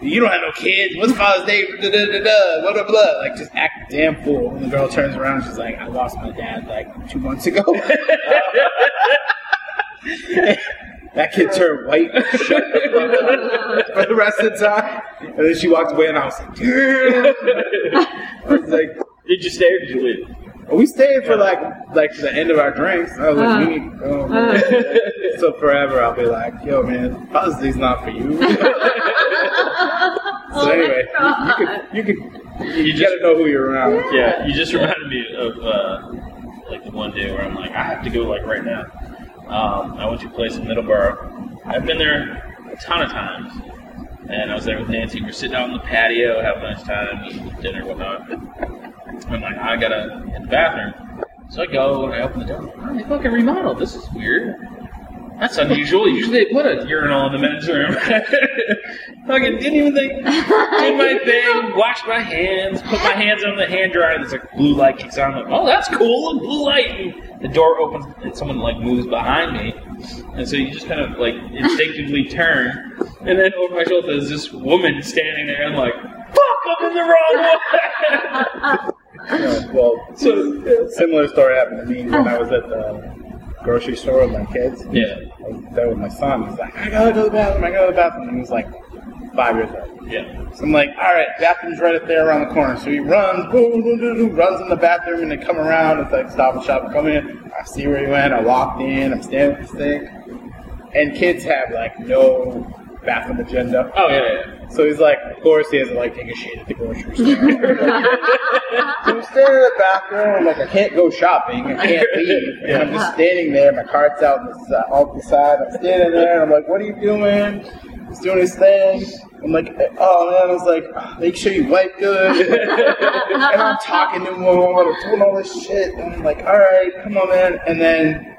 You don't have no kids. What's Father's Day? Da da da da. Blah blah blah. Like just act a damn fool. And the girl turns around. She's like, I lost my dad like two months ago. that kid turned white for the rest of the time. And then she walked away, and I was like, dude. I was like, Did you stay or did you leave? we stayed for like like the end of our drinks. I was like, we need to go. So forever, I'll be like, yo, man, Father's Day's not for you. so anyway, you, you could you could you, gotta know who you're around. Yeah, you just reminded me of uh, like the one day where I'm like, I have to go like right now. Um, I went to a place in Middleborough. I've been there a ton of times, and I was there with Nancy. We're sitting out on the patio, having a nice time, eating dinner, and whatnot. I'm like, I gotta hit the bathroom. So I go and I open the door. I'm like, fucking remodeled. This is weird. That's unusual. Usually they put a urinal in the men's room. Fucking didn't even think. Did my thing, washed my hands, put my hands on the hand dryer. There's like blue light kicks on. I'm like, oh, that's cool, a blue light. And the door opens and someone like moves behind me, and so you just kind of like instinctively turn, and then over my shoulder there's this woman standing there. I'm like, fuck, I'm in the wrong one. You know, well, so similar story happened to me when I was at the grocery store with my kids. yeah, I was there with my son. He's like, I gotta go to the bathroom. I gotta go to the bathroom. And he was like five years old. yeah, So I'm like, all right, bathroom's right up there around the corner. So he runs, boom, boom, boom, boom, runs in the bathroom, and then come around. It's like stop and shop. I Come in. I see where he went. I walked in. I'm standing at the sink. And kids have like no bathroom agenda. oh yeah, yeah. So he's like, of course he doesn't like taking a shit at the grocery store. so I'm standing in the bathroom, I'm like, I can't go shopping, I can't leave. And I'm just standing there, my cart's out on the, si- off the side, I'm standing there, and I'm like, what are you doing? He's doing his thing. I'm like, oh man, I was like, "Ah, make sure you wipe good. and I'm talking to him, I'm doing all this shit, and I'm like, alright, come on man. And then,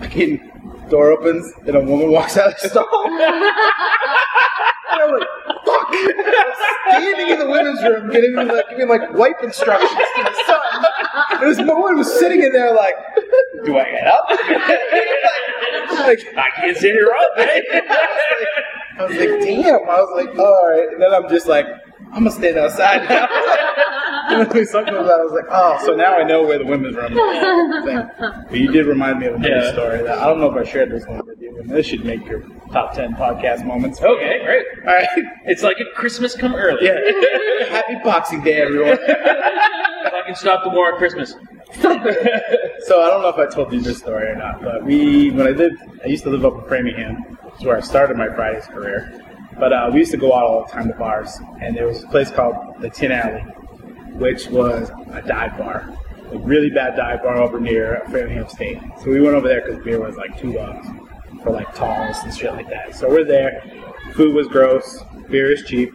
fucking door opens, and a woman walks out of the stall. And I'm like, fuck! Standing in the women's room, getting like, giving like wipe instructions to my son. And this woman was sitting in there like, do I get up? like, like, I can't sit here all day. I was like, damn. I was like, all right. And then I'm just like, I'm gonna stand outside now. and then my son comes out. I was like, oh, so now I know where the women's room is. Thing. But you did remind me of another Yeah. story. That I don't know if I shared this one with you, and this should make your top ten podcast moments. okay, great. All right. It's like a Christmas come early. Yeah. Happy Boxing Day, everyone. If I can stop the war at Christmas. So I don't know if I told you this story or not, but we, when I lived, I used to live up in Framingham, which is where I started my Fridays career. But uh, we used to go out all the time to bars, and there was a place called the Tin Alley, which was a dive bar, a really bad dive bar over near Framingham State. So we went over there because beer was like two bucks for like talls and shit like that. So we're there. Food was gross. Beer is cheap.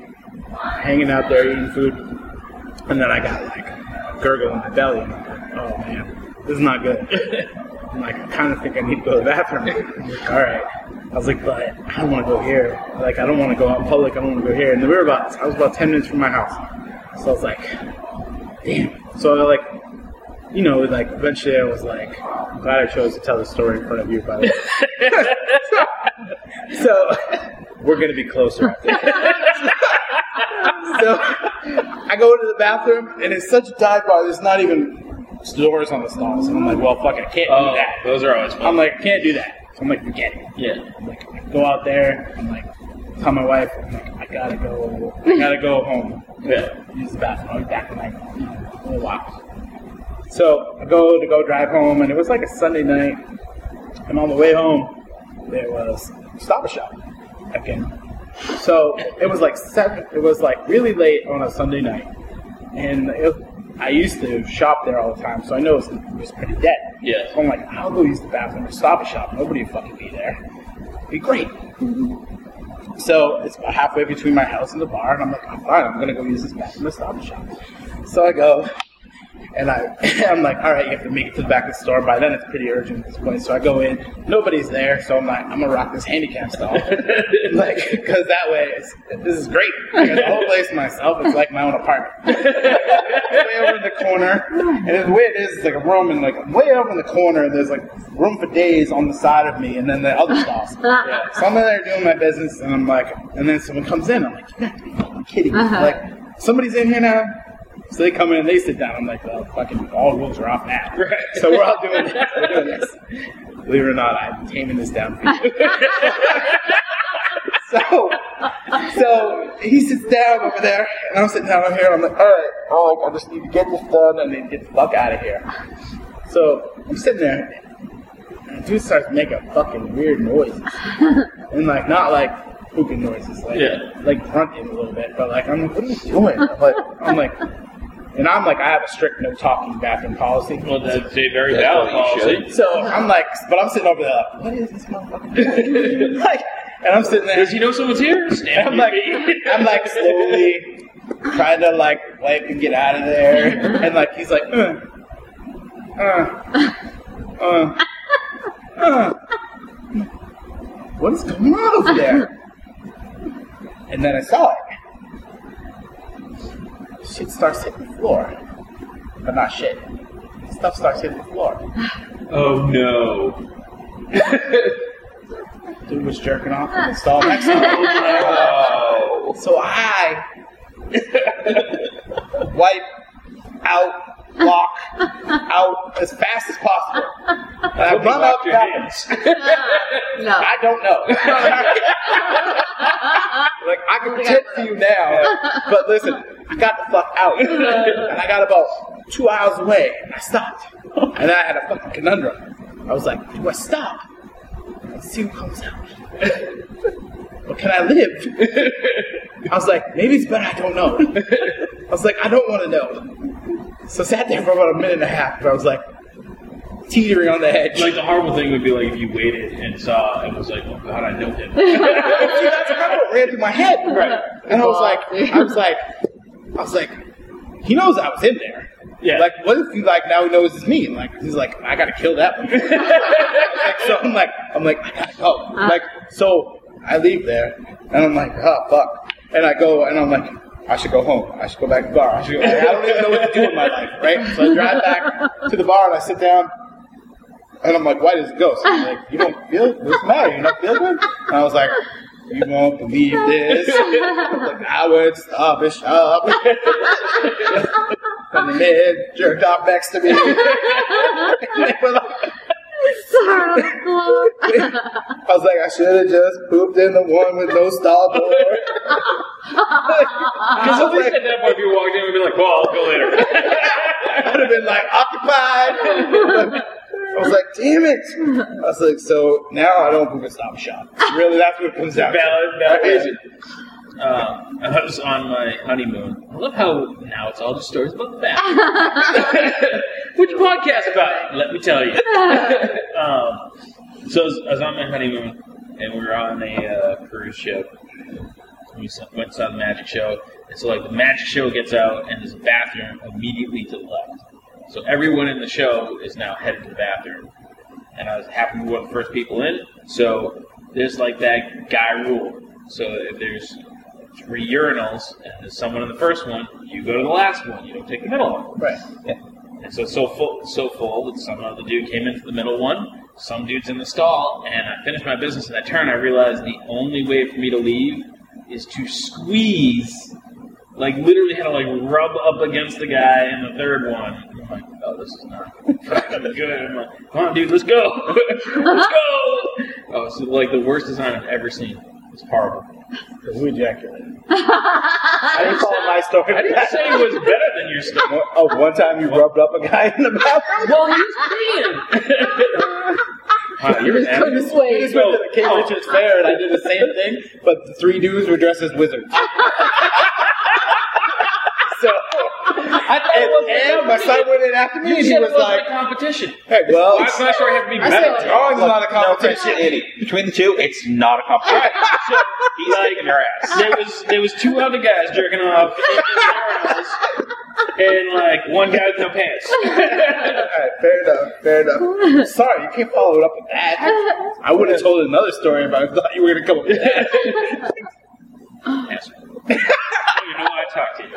Hanging out there eating food. And then I got like a gurgle in my belly. And I'm like, oh man, this is not good. I'm like, I kind of think I need to go to the bathroom. I'm like, all right. I was like, but I don't want to go here. Like, I don't want to go out in public. I don't want to go here. And we were about, I was about 10 minutes from my house. So I was like, damn. So I like, you know, like eventually I was like, I'm glad I chose to tell the story in front of you, by the way. so we're gonna be closer. I think. so I go into the bathroom, and it's such a dive bar. There's not even doors on the stalls, and I'm like, well, fuck, I can't Oh, do that. those are always fun. I'm like, I can't do that. So I'm like, forget it. yeah. I'm like, I go out there. I'm like, tell my wife. I'm like, I gotta go. I gotta go home. Yeah. Use the bathroom. I'll be back in like a little while. So I go to go drive home, and it was like a Sunday night. And on the way home, there was Stop and Shop again. So it was like seven. It was like really late on a Sunday night, and it, I used to shop there all the time, so I know it was, it was pretty dead. Yeah. So I'm like, I'll go use the bathroom at Stop and Shop. Nobody will fucking be there. Be great. So it's about halfway between "Oh, my house and the bar, and I'm like, I'm fine. I'm gonna go use this bathroom at Stop and Shop. So I go, And I, I'm like, all right, you have to make it to the back of the store. By then, it's pretty urgent at this point. So I go in. Nobody's there. So I'm like, I'm gonna rock this handicap stall, like, because that way, it's, this is great. I got the whole place to myself. It's like my own apartment. way over in the corner, and it's the way it is, it's like a room, and like way over in the corner, there's like room for days on the side of me, and then the other stalls. So I'm in there doing my business, and I'm like, and then someone comes in. I'm like, you got to be fucking kidding me. Uh-huh. Like, somebody's in here now. So they come in, they sit down. I'm like, well, fucking all rules are off now. Right. So we're all doing this. We're doing this. Believe it or not, I'm taming this down for you. so, so he sits down over there, and I'm sitting down over here. I'm like, all right, all right, I just need to get this done and then get the fuck out of here. So I'm sitting there, and the dude starts making fucking weird noises, and like not like pooping noises, like Yeah. like grunting a little bit, but like I'm like, what are you doing? I'm like, I'm like, and I'm like, I have a strict no talking bathroom policy. Well, that's a very That's valid what you policy. So I'm like, but I'm sitting over there, like, what is this motherfucker doing? like, and I'm sitting there. Does he know someone's here? And I'm like, I'm like slowly trying to like wipe and get out of there, and like he's like, uh, uh, uh, uh. what is going on over there? And then I saw it. Shit starts hitting the floor, but not shit. Stuff starts hitting the floor. oh no. Dude was jerking off in the stall next to me. Oh. So I wipe out, walk out as fast as possible. And I Hope you run wash out your back- hands. No. I don't know. like I can tip to you now, but listen, I got the fuck out, and I got about two hours away, and I stopped, and I had a fucking conundrum. I was like, do I stop? and see what comes out. but can I live? I was like, maybe it's better I don't know. I was like, I don't want to know. So I sat there for about a minute and a half, but I was like teetering on the edge. Like the horrible thing would be like if you waited and saw and was like, oh god, I know him. See, that's kind of what ran through my head. Right. And I was like, I was like, I was like, he knows I was in there. Yeah. Like, what if he like now he knows it's me? Like, he's like, I gotta kill that one. like, so I'm like, I'm like, I gotta go. Like, so I leave there, and I'm like, oh fuck. And I go, and I'm like, I should go home. I should go back to the bar. I, should go, like, I don't even know what to do in my life, right? So I drive back to the bar and I sit down. And I'm like, why does it go? So I'm like, you don't feel what's the matter? You don't feel good? And I was like, you won't believe this. like, I would stop and shop. and the man jerked off next to me. And they were like- I was like, I should have just pooped in the one with no stall door. Because at least like- at that point, if you walked in, we'd be like, well, I'll go later. I would have been like occupied. I was like, damn it. I was like, so now I don't poop at stop and shop. Really, that's what it comes down to. valid, valid. Um, I was on my honeymoon. I love how now it's all just stories about the bathroom. Which podcast about? Let me tell you. um, so I was, I was on my honeymoon, and we were on a uh, cruise ship. We s- went saw the magic show, and so like the magic show gets out, and there's a bathroom immediately to the left. So everyone in the show is now headed to the bathroom, and I was happy we were the first people in. So there's like that guy rule. So if there's three urinals and there's someone in the first one, you go to the last one. You don't take the middle one. Right. And so so full so full that some other dude came into the middle one, some dude's in the stall, and I finished my business and I turn, I realized the only way for me to leave is to squeeze like literally had to like rub up against the guy in the third one. I'm like, oh this is not fucking good. I'm like, come on dude, let's go. let's go. Oh, so like the worst design I've ever seen. It's horrible. Who ejaculated? I didn't call it my story. I didn't say it was better than your stuff. Oh, one time you rubbed up a guy in the bathroom. Well, he was peeing. wow, you're an You animal. just went to the King Oh. Richard's Fair and I did the same thing, but the three dudes were dressed as wizards. so, I, and, and my son went in after me You and he said it was wasn't like, a competition. hey, well, Why does my story have to be I better? said drawing's not a It's competition. Eddie. Between the two, it's not a competition. So, He's kicking her ass. there was there was two other guys jerking off in the urinals, and like one guy with no pants. Alright, fair enough, fair enough. Sorry, you can't follow it up with that. I would have told another story if I thought you were gonna come up with that. Asshole. I don't even know why I talked to you.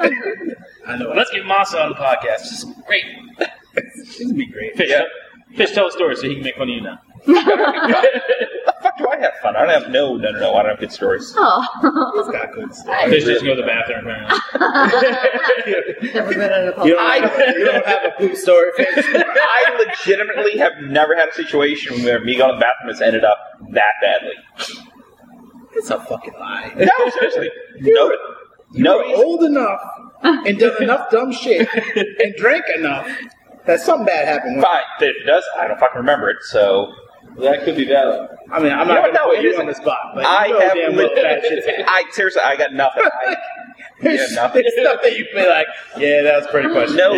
I know. Let's get Masa on the podcast. This is great. This would be great. Fish, Fish, tell a story so he can make fun of you now. the fuck do I have fun? I don't have no, no, no, no. I don't have good stories. Oh. It's got good stuff. I- Fish just go to the bathroom. Right Never been in a You public. don't, have, you don't have a poop story, Fish. I legitimately have never had a situation where me going to the bathroom has ended up that badly. It's a fucking lie. No, seriously. No. You're No. old enough and done enough dumb shit and drank enough that something bad happened. Fine. If it does, I don't fucking remember it, so. That could be valid. I mean, I'm not Yeah, gonna no, put it you isn't. on the spot, but I you know have damn well bad shit's happened. I seriously, I got nothing. I, yeah, There's, nothing. there's stuff that you feel like, yeah, that was pretty question. No.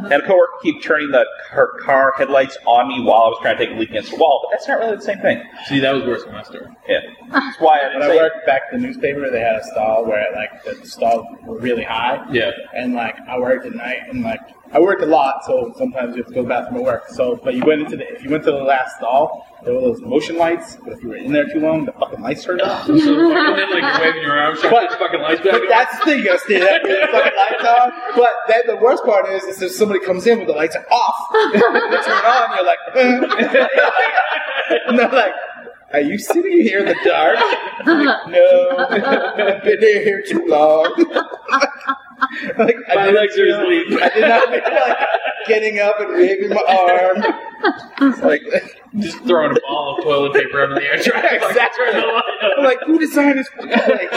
and a coworker keep turning the her car headlights on me while I was trying to take a leak against the wall, but that's not really the same thing. now. See, that was worse than my story. Yeah, that's why I When I didn't say. worked back at the newspaper, they had a stall where like the stalls were really high, Yeah. and like I worked at night, and like I worked a lot, so sometimes you have to go to the bathroom at work. So, but you went into the if you went to the last stall, there were those motion lights, but if you were in there too long, the fucking lights turned off. So fucking then, like, you're waving your arms, trying But- to get the fucking lights back But on. that's the thing, you stay that with the fucking lights on. But then the worst part is, is if somebody comes in with the lights are off, they turn on, you're like, eh. and they're like, are you sitting here in the dark? Like, no, I've been here too long. like, My didn't- legs are asleep. I did not feel like getting up and waving my arm. It's like, Just throwing a ball of toilet paper under the air, trying to fucking Exactly. turn the light I'm on. like, who designed this fucking place?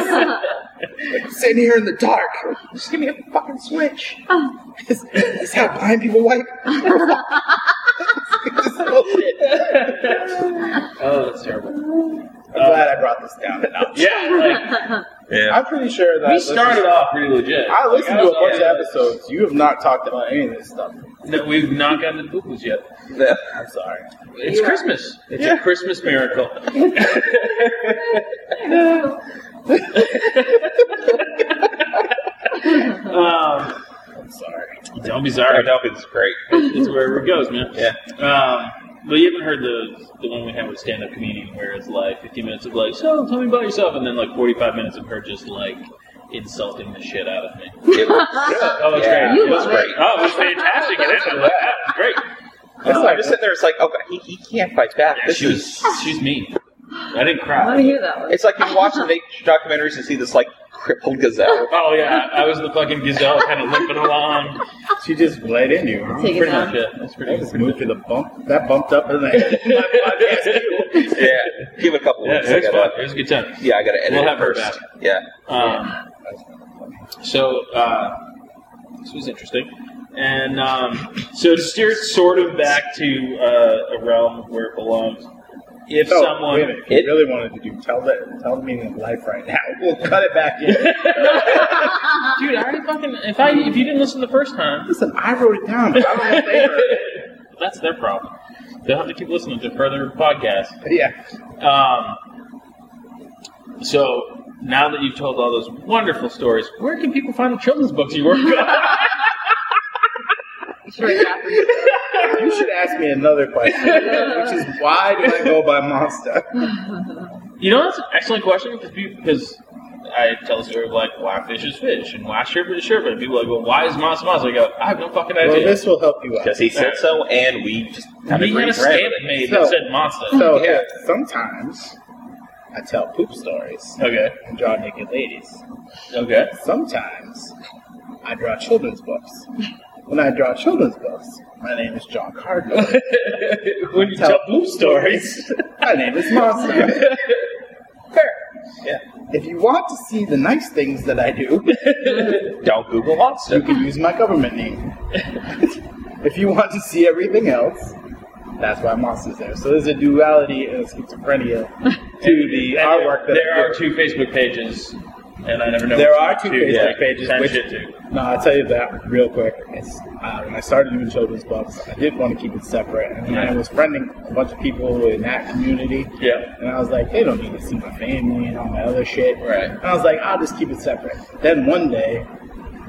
Like, sitting here in the dark. Just give me a fucking switch. Is is how blind people wipe? Oh, that's terrible. I'm glad I brought this down. a notch. Yeah, yeah. I'm pretty sure that like, we started off pretty legit. I listened to a bunch of Yeah. episodes. You have not talked about any of this stuff. No, we've not gotten to poo-poos yet. I'm sorry. It's Yeah. Christmas. It's a Christmas miracle. um, I'm sorry. don't be All sorry. right, Dolphin's great. It's wherever it goes, man. Yeah. Um, but you haven't heard the the one we had with stand up comedian where it's like 15 minutes of like, so tell me about yourself, and then like 45 minutes of her just like insulting the shit out of me. It was Oh, it's Yeah, great. You it was love great. it. Oh, it was fantastic. It ended like that. It was Great. It's like, I'm just sitting there. It's like, okay, he, he can't fight back. Yeah, this she is. was she's mean. I didn't I want to cry. hear that one. It's like you watch the nature documentaries and see this like crippled gazelle. Oh yeah, I was the fucking gazelle, kind of limping along. She just laid into you. huh? Take it Pretty down. much it. That's pretty I just moved to the bump. That bumped up in the yeah, give it a couple. Yeah, weeks. it was I fun. gotta, It was a good time. yeah, I gotta edit We'll it have her first. back. Yeah, Um, so uh, this was interesting, and um, so to steer it sort of back to uh, a realm where it belongs. If Oh, someone, wait a minute. If It- you really wanted to do tell the tell the meaning of life right now. We'll cut it back in. dude, I already fucking. If I if you didn't listen the first time, Listen, I wrote it down, but I don't know if they heard it. that's their problem. They'll have to keep listening to further podcasts. Yeah. Um, so now that you've told all those wonderful stories, where can people find the children's books you work on? Sure, yeah. You should ask me another question, which is why do I go by Mazda? you know, that's an excellent question because people, because I tell the story of like why fish is fish and why sherbet is sherbet. And people are like, well, why is moss moss? I go, I have no fucking Well, idea. this will help you out. because he said so, and we just kind of we had a agreed. stamp made So- that said monster. So Yeah. sometimes I tell poop stories Okay. and draw naked ladies. Okay. Sometimes I draw children's books. When I draw children's books, my name is John Cardinal. when you Tell tell poop stories, My name is Mazda. If you want to see the nice things that I do, Don't Google you monster. can use my government name. if you want to see everything else, that's why Monster's there. So there's a duality and schizophrenia to the And artwork that there I are do. two Facebook pages, and I never know. There which are one two to Facebook attach pages, which- it to. No, I'll tell you that real quick. It's, uh, when I started doing children's books, I did want to keep it separate. And I was friending a bunch of people in that community. Yeah. And I was like, they don't need to see my family and all my other shit. Right. And I was like, I'll just keep it separate. Then one day,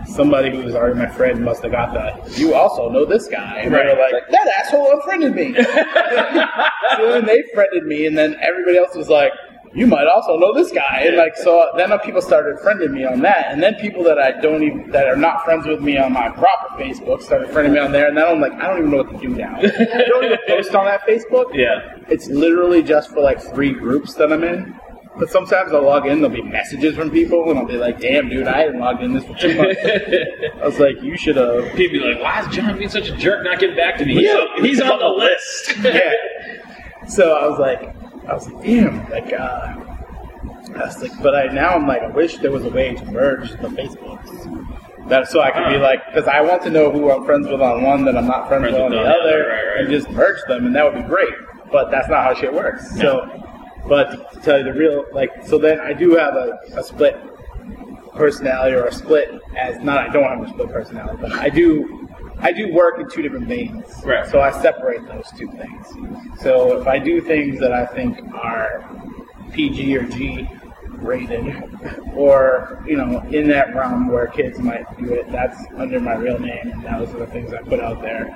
somebody who was already my friend must have got that. You also know this guy. And they were Right. like, that asshole unfriended me. so then they friended me, and then everybody else was like, you might also know this guy. And like, so then people started friending me on that. And then people that I don't even, that are not friends with me on my proper Facebook started friending me on there. And now I'm like, I don't even know what to do now. I don't even post on that Facebook. Yeah. It's literally just for like three groups that I'm in. But sometimes I'll log in, there'll be messages from people, and I'll be like, damn, dude, I hadn't logged in this for two months. I was like, you should have. People be like, why is John being such a jerk not getting back to me? He's, Yeah. on- he's on the list. Yeah. So I was like, I was like, damn, like, uh, I was like, but I now I'm like, I wish there was a way to merge the Facebooks. That, so I could be Huh. like, because I want to know who I'm friends with on one that I'm not friends, with on the other, right, right. and just merge them, and that would be great. But that's not how shit works. So, but to tell you the real, like, so then I do have a, a split personality or a split as not I don't have a split personality, but I do I do work in two different veins. Right. So I separate those two things. So if I do things that I think are PG or G rated or you know in that realm where kids might do it that's under my real name and those are the things i put out there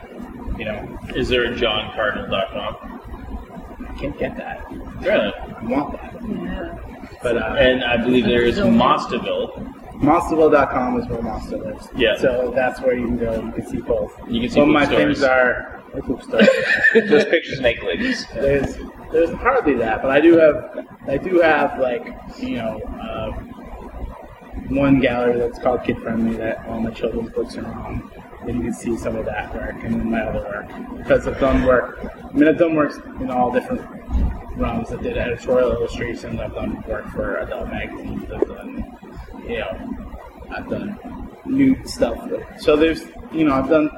you know Is there a johncardinal.com? i can't get that Really? i want that Yeah. but uh, And I believe there is Mostaville. Monsterville.com is where Monster lives. Yeah. So that's where you can go. You can see both. You can see Some poop of my stories. things are they're poop stories. Those pictures of naked ladies. there's there's hardly that, but I do have I do have like you know uh, one gallery that's called Kid Friendly that all my children's books are on. And you can see some of that work and then my other work because I've done work. I mean, I've done work in all different realms. I did editorial illustrations. I've done work for adult magazines. I've done you know I've done new stuff. So there's, you know, I've done,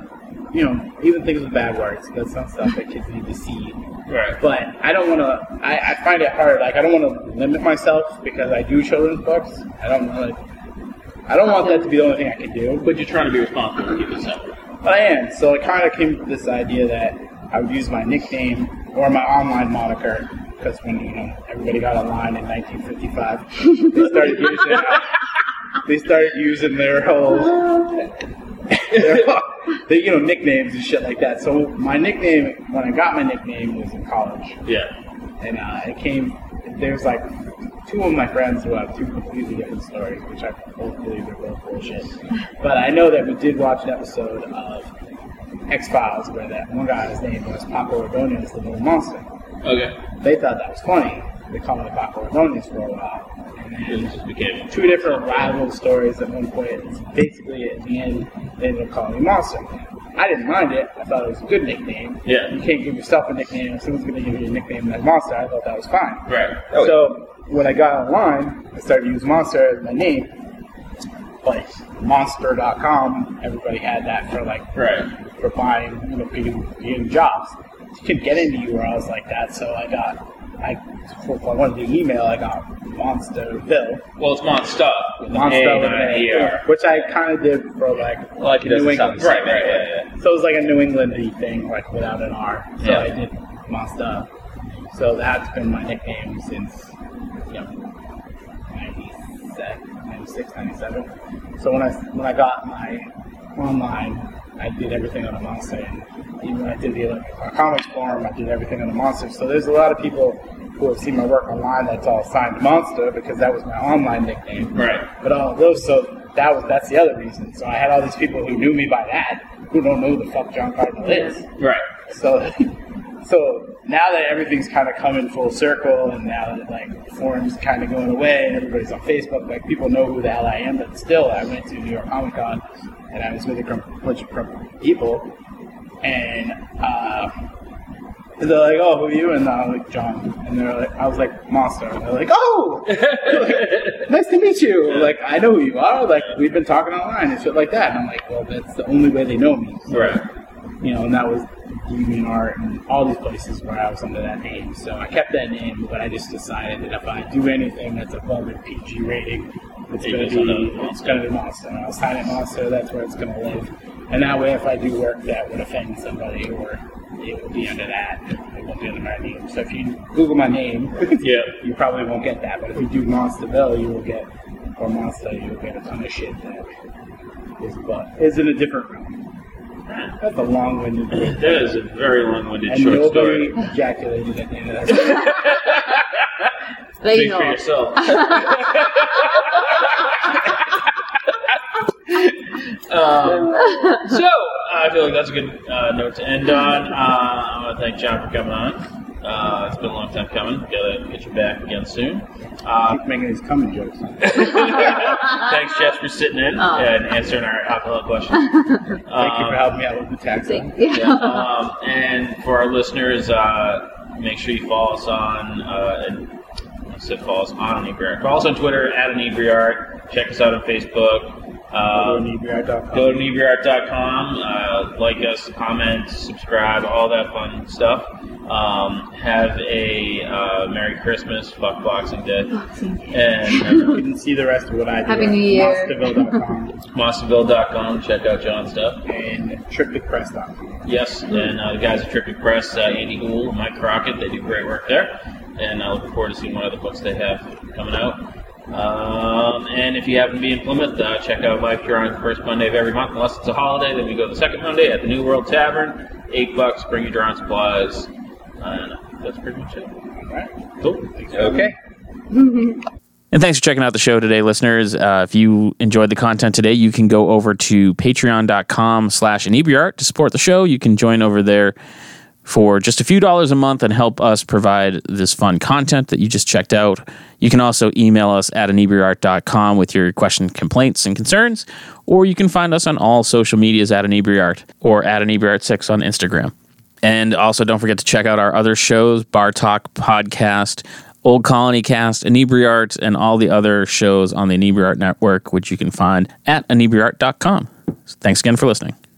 you know, even things with bad words. That's not stuff that kids need to see. Right. But I don't want to. I, I find it hard. Like I don't want to limit myself because I do children's books. I don't want to. I don't want that to be the only thing I can do. But you're trying to be responsible and keep it separate. But I am. So I kind of came up with this idea that I would use my nickname or my online moniker because when you know everybody got online in 1955, they started using they started using their whole their, their, you know nicknames and shit like that. So my nickname when I got my nickname was in college Yeah. and uh, it came. There's like two of my friends who have two completely different stories, which I both believe are both bullshit. But I know that we did watch an episode of X Files where that one guy's name was Paco Ordonez, the little monster. Okay. They thought that was funny. They called him Paco Ordonez for a while. It just became Two different rival stories at one point. It's basically, at the end, they ended up calling me Monster. I didn't mind it. I thought it was a good nickname. Yeah. You can't give yourself a nickname. If someone's going to give you a nickname like Monster, I thought that was fine. Right. Oh, So when I got online, I started to use Monster as my name. Like Monster.com, everybody had that for like Right. for buying, you know, getting, getting jobs. You couldn't get into URLs like that, so I got, I, if I wanted to do email, I got Monsterville, Well, it's Monsta. Monster with an A, A, E-R. which I kind of did for like Well, like it doesn't New sound England. the Right, same. right, anyway. yeah, So it was like a New England thing, like without an R. So Yeah. I did Monster. So that's been my nickname since, you know, 97, 96, 97. So when I, when I got my online, I did everything on a monster. And even when I did the like, comics forum, I did everything on a monster. So there's a lot of people who have seen my work online that's all signed Monster because that was my online nickname. Right. But all of those, so that was that's the other reason. So I had all these people who knew me by that, who don't know who the fuck John Cardinal is. Right. So, so now that everything's kind of coming full circle, and now that like forums kind of going away, and everybody's on Facebook, like people know who the hell I am. But still, I went to New York Comic Con, and I was with a gr- bunch of gr- people, and uh, they're like, "Oh, who are you?" And I'm like, "John," and they're like, "I was like Monster," and they're like, "Oh." nice to meet you. Like, I know who you are. Like, we've been talking online and shit like that. And I'm like, well, that's the only way they know me. Right. You know, and that was DeviantArt and all these places where I was under that name. So I kept that name, but I just decided that if I do anything that's above a PG rating, it's It gonna goes be under it's gonna be Monster. And I'll sign it Monster. That's where it's gonna live. And that way, if I do work that would offend somebody, or it will be under that, it won't be under my name. So if you Google my name, Yeah. you probably won't get that. But if you do Monsterville, you will get, or Monster, you will get a ton of shit that his butt is in a different room. That's a long-winded way. That is a very long-winded And short nobody story. ejaculated at the end of that. They Speak know. for yourself. um, so I feel like that's a good uh, note to end on. Uh, I want to thank John for coming on. Uh, it's been a long time coming. Gotta get you back again soon. Uh, Keep making these coming jokes. thanks, Jess, for sitting in Oh. and answering our alcohol questions. Um, Thank Thank Um, you for helping me out with the tax. See? on. Yeah. yeah, um, and for our listeners, uh, make sure you follow us on. Uh, and I said follow us on Inebriart. Follow us on Twitter at Inebriart. Check us out on Facebook. Um, Go go to inebriart.com. Uh, like us, comment, subscribe, all that fun stuff. Um, have a uh, Merry Christmas. Fuck Boxing Day. And uh, You can see the rest of what I do. Happy at New Year. Monsterville.com Mossville.com. Check out John's stuff. and triplicpress.com. Yes, and uh, the guys at Trippy Press, uh, Andy Gould, and Mike Crockett, they do great work there. And I look forward to seeing what other books they have coming out. Um, and if you happen to be in Plymouth, uh, check out Life Here on the first Monday of every month, unless it's a holiday. Then we go the second Monday at the New World Tavern. Eight bucks, bring your drawing supplies. And that's pretty much it. All right. Cool. Okay. And thanks for checking out the show today, listeners. Uh, if you enjoyed the content today, you can go over to patreon.com slash inebriart to support the show. You can join over there for just a few dollars a month and help us provide this fun content that you just checked out. You can also email us at inebriart.com with your questions, complaints, and concerns, or you can find us on all social medias at inebriart or at inebriart6 on Instagram. And also, don't forget to check out our other shows Bar Talk Podcast, Old Colony Cast, Inebriart, and all the other shows on the Inebriart Network, which you can find at inebriart.com. So thanks again for listening.